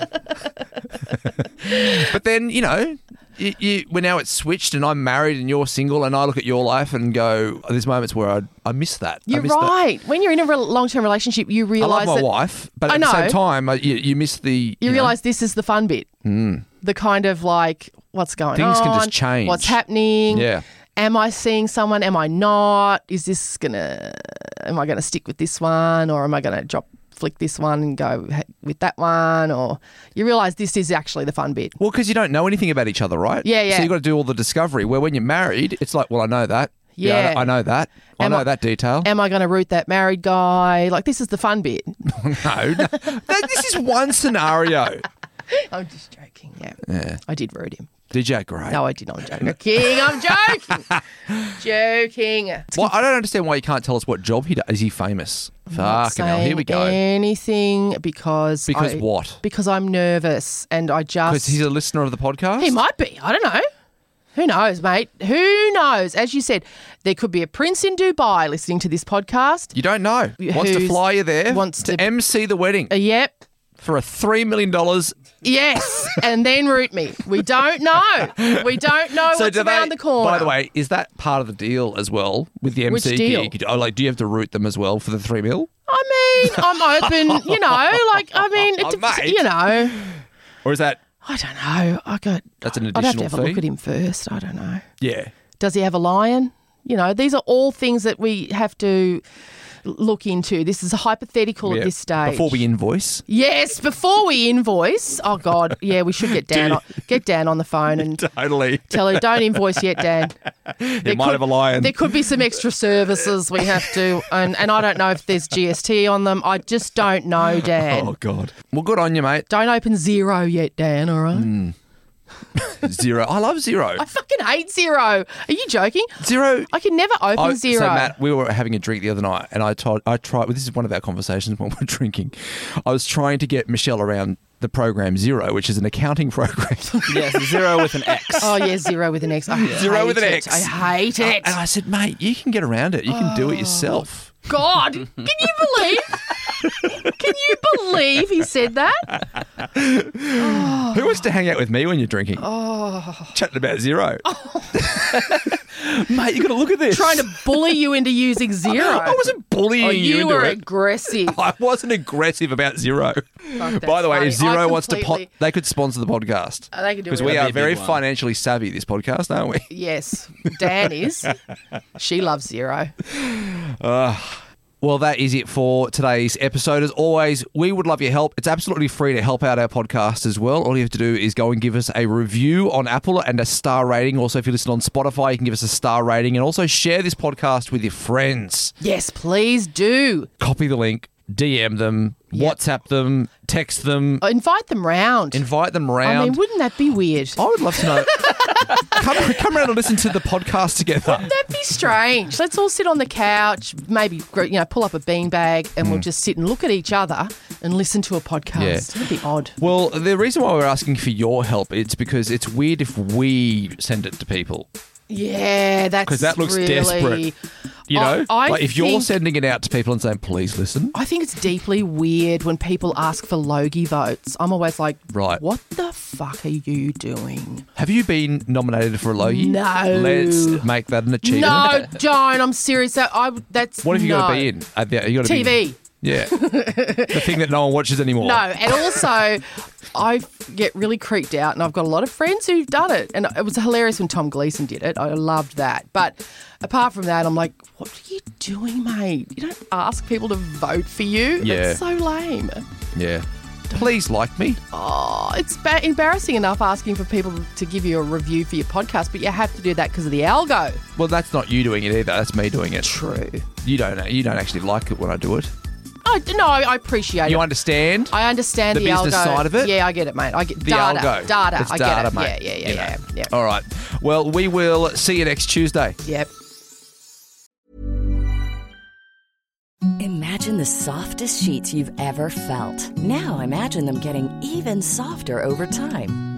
[SPEAKER 2] but then you know, you, you, well, now it's switched, and I'm married, and you're single, and I look at your life and go, "There's moments where I, I miss that. I
[SPEAKER 1] You're
[SPEAKER 2] miss that.
[SPEAKER 1] right. When you're in a re- long-term relationship, you
[SPEAKER 2] I
[SPEAKER 1] realize
[SPEAKER 2] love my
[SPEAKER 1] that
[SPEAKER 2] wife, but
[SPEAKER 1] I
[SPEAKER 2] at the
[SPEAKER 1] know.
[SPEAKER 2] same time, I, you, you miss the
[SPEAKER 1] you,
[SPEAKER 2] know, Hmm.
[SPEAKER 1] realize this is the fun bit. The kind of like what's going on,
[SPEAKER 2] Things can just change.
[SPEAKER 1] what's happening.
[SPEAKER 2] Yeah.
[SPEAKER 1] Am I seeing someone? Am I not? Is this gonna? Am I gonna stick with this one, or am I gonna drop flick this one and go h- with that one? Or you realize this is actually the fun bit.
[SPEAKER 2] Well, because you don't know anything about each other, right?
[SPEAKER 1] Yeah, yeah.
[SPEAKER 2] So you got to do all the discovery. Where when you're married, it's like, well, I know that. I
[SPEAKER 1] Yeah.
[SPEAKER 2] know- I know that.
[SPEAKER 1] Am
[SPEAKER 2] I
[SPEAKER 1] I-
[SPEAKER 2] know that detail.
[SPEAKER 1] Am I gonna root that married guy? Like this is the fun bit.
[SPEAKER 2] no, no. That- this is one scenario.
[SPEAKER 1] I'm just joking. Yeah,
[SPEAKER 2] Yeah.
[SPEAKER 1] I did root him.
[SPEAKER 2] Did you? Great.
[SPEAKER 1] No, I did not joke. King, I'm joking. joking.
[SPEAKER 2] Well, I don't understand why you can't tell us what job he does. Is he famous?
[SPEAKER 1] not
[SPEAKER 2] Fucking hell. Here we
[SPEAKER 1] saying
[SPEAKER 2] go.
[SPEAKER 1] Anything because
[SPEAKER 2] Because
[SPEAKER 1] I-
[SPEAKER 2] what?
[SPEAKER 1] Because I'm nervous and I
[SPEAKER 2] Because
[SPEAKER 1] just
[SPEAKER 2] he's a listener of the podcast.
[SPEAKER 1] he might be. I don't know. Who knows, mate? Who knows? As you said, there could be a prince in Dubai listening to this podcast.
[SPEAKER 2] You don't know. Wants to
[SPEAKER 1] Who's-
[SPEAKER 2] fly you there.
[SPEAKER 1] wants
[SPEAKER 2] to,
[SPEAKER 1] to-
[SPEAKER 2] MC the wedding
[SPEAKER 1] Uh, yep.
[SPEAKER 2] for a three million dollars.
[SPEAKER 1] Yes. and then root me. We don't know. We don't know what's
[SPEAKER 2] do they-
[SPEAKER 1] around the corner.
[SPEAKER 2] By the way, is that part of the deal as well with the
[SPEAKER 1] Which
[SPEAKER 2] MC
[SPEAKER 1] deal?
[SPEAKER 2] gig? Oh, like, do you have to root them as well for the three mil,
[SPEAKER 1] I mean, I'm open. You know, like I mean, it,
[SPEAKER 2] Oh, mate.
[SPEAKER 1] you know,
[SPEAKER 2] or is that
[SPEAKER 1] I don't know. I got.
[SPEAKER 2] that's an
[SPEAKER 1] I'd have to
[SPEAKER 2] additional
[SPEAKER 1] have
[SPEAKER 2] fee?
[SPEAKER 1] a look at him first. I don't know.
[SPEAKER 2] Yeah.
[SPEAKER 1] Does he have a lion? You know, these are all things that we have to look into. This is a hypothetical
[SPEAKER 2] Yeah.
[SPEAKER 1] at this stage.
[SPEAKER 2] Before we invoice.
[SPEAKER 1] yes, before we invoice. Oh God, yeah, we should get Dan on, get Dan on the phone and
[SPEAKER 2] Totally.
[SPEAKER 1] tell her don't invoice yet, Dan.
[SPEAKER 2] He might
[SPEAKER 1] could-
[SPEAKER 2] have a lion.
[SPEAKER 1] There could be some extra services we have to, and and I don't know if there's GST on them. I just don't know, Dan.
[SPEAKER 2] Oh God. Well, good on you, mate.
[SPEAKER 1] Don't open zero yet, Dan. All right.
[SPEAKER 2] Hmm. Zero. I love zero.
[SPEAKER 1] I fucking hate zero. Are you joking?
[SPEAKER 2] Zero.
[SPEAKER 1] I can never open
[SPEAKER 2] I-
[SPEAKER 1] zero.
[SPEAKER 2] Oh, So Matt, we were having a drink the other night, and I told I tried. Well, this is one of our conversations when we're drinking. I was trying to get Michelle around the program Zero, which is an accounting program.
[SPEAKER 3] yes, zero with an X.
[SPEAKER 1] Oh yeah, zero with an X. I
[SPEAKER 2] Zero
[SPEAKER 1] hate
[SPEAKER 2] with an
[SPEAKER 1] it.
[SPEAKER 2] X. Oh,
[SPEAKER 1] I hate it.
[SPEAKER 2] and I said, mate, you can get around it. You can do it yourself.
[SPEAKER 1] God, can you believe? Can you believe he said that? Oh.
[SPEAKER 2] Who wants to hang out with me when you're drinking? Oh, chatting about zero.
[SPEAKER 1] Oh.
[SPEAKER 3] Mate, you got to look at this.
[SPEAKER 1] Trying to bully you into using zero.
[SPEAKER 2] I wasn't bullying
[SPEAKER 1] Oh,
[SPEAKER 2] you, into
[SPEAKER 1] were
[SPEAKER 2] it.
[SPEAKER 1] aggressive.
[SPEAKER 2] I wasn't aggressive about zero. By the way,
[SPEAKER 1] funny.
[SPEAKER 2] if zero
[SPEAKER 1] I
[SPEAKER 2] wants to, po-
[SPEAKER 1] completely-
[SPEAKER 2] they could sponsor the podcast
[SPEAKER 1] Oh, they can do
[SPEAKER 2] because
[SPEAKER 1] whatever
[SPEAKER 2] we
[SPEAKER 1] they
[SPEAKER 2] are
[SPEAKER 3] That'd be a
[SPEAKER 2] very
[SPEAKER 3] big one.
[SPEAKER 2] financially savvy. This podcast, aren't we?
[SPEAKER 1] Yes, Dan is. She loves zero.
[SPEAKER 2] Well, that is it for today's episode. As always, we would love your help. It's absolutely free to help out our podcast as well. All you have to do is go and give us a review on Apple and a star rating. Also, if you listen on Spotify, you can give us a star rating and also share this podcast with your friends.
[SPEAKER 1] Yes, please do
[SPEAKER 2] Copy the link, DM them, WhatsApp them, text them,
[SPEAKER 1] invite them round.
[SPEAKER 2] invite them round.
[SPEAKER 1] I mean, wouldn't that be weird?
[SPEAKER 2] I would love to know. come, come around and listen to the podcast together.
[SPEAKER 1] That'd be strange. Let's all sit on the couch, maybe you know, pull up a beanbag, and we'll just sit and look at each other and listen to a podcast.
[SPEAKER 2] Mm. Yeah.
[SPEAKER 1] It'd be odd.
[SPEAKER 2] Well, the reason why we're asking for your help it's because it's weird if we send it to people.
[SPEAKER 1] Yeah, that's
[SPEAKER 2] 'Cause that looks
[SPEAKER 1] really,
[SPEAKER 2] desperate, You
[SPEAKER 1] I-
[SPEAKER 2] know,
[SPEAKER 1] I
[SPEAKER 2] like if you're
[SPEAKER 1] think-
[SPEAKER 2] sending it out to people and saying, "Please listen,"
[SPEAKER 1] I think it's deeply weird when people ask for Logie votes. I'm always like,
[SPEAKER 2] Right.
[SPEAKER 1] what the fuck are you doing?
[SPEAKER 2] have you been nominated for a Logie?
[SPEAKER 1] No.
[SPEAKER 2] Let's make that an achievement.
[SPEAKER 1] No, don't. I'm serious. That I that's
[SPEAKER 2] What have you got to
[SPEAKER 1] no.
[SPEAKER 2] be in? Uh, yeah, You got to
[SPEAKER 1] TV.
[SPEAKER 2] Yeah, the thing that no one watches anymore.
[SPEAKER 1] No, and also I get really creeped out, and I've got a lot of friends who've done it, and it was hilarious when Tom Gleason did it. I loved that, but apart from that, I'm like, what are you doing, mate? You don't ask people to vote for you.
[SPEAKER 2] Yeah.
[SPEAKER 1] That's so lame.
[SPEAKER 2] Yeah. Please like me.
[SPEAKER 1] Oh, it's ba- embarrassing enough asking for people to give you a review for your podcast, but you have to do that because of the algo.
[SPEAKER 2] Well, that's not you doing it either. That's me doing it.
[SPEAKER 1] True.
[SPEAKER 2] You don't. You don't actually like it when I do it.
[SPEAKER 1] I no, I appreciate
[SPEAKER 2] You
[SPEAKER 1] it.
[SPEAKER 2] understand?
[SPEAKER 1] I understand
[SPEAKER 2] the
[SPEAKER 1] the,
[SPEAKER 2] business
[SPEAKER 1] algo.
[SPEAKER 2] side of it?
[SPEAKER 1] Yeah, I get it, mate. I get
[SPEAKER 2] the
[SPEAKER 1] data.
[SPEAKER 2] algo.
[SPEAKER 1] Data.
[SPEAKER 2] It's
[SPEAKER 1] I get
[SPEAKER 2] data,
[SPEAKER 1] it.
[SPEAKER 2] mate.
[SPEAKER 1] Yeah, yeah,
[SPEAKER 2] You
[SPEAKER 1] yeah,
[SPEAKER 2] know. Oh.
[SPEAKER 1] yeah.
[SPEAKER 2] All right. Well, we will see you next Tuesday.
[SPEAKER 1] Yep.
[SPEAKER 8] Imagine the softest sheets you've ever felt. Now imagine them getting even softer over time.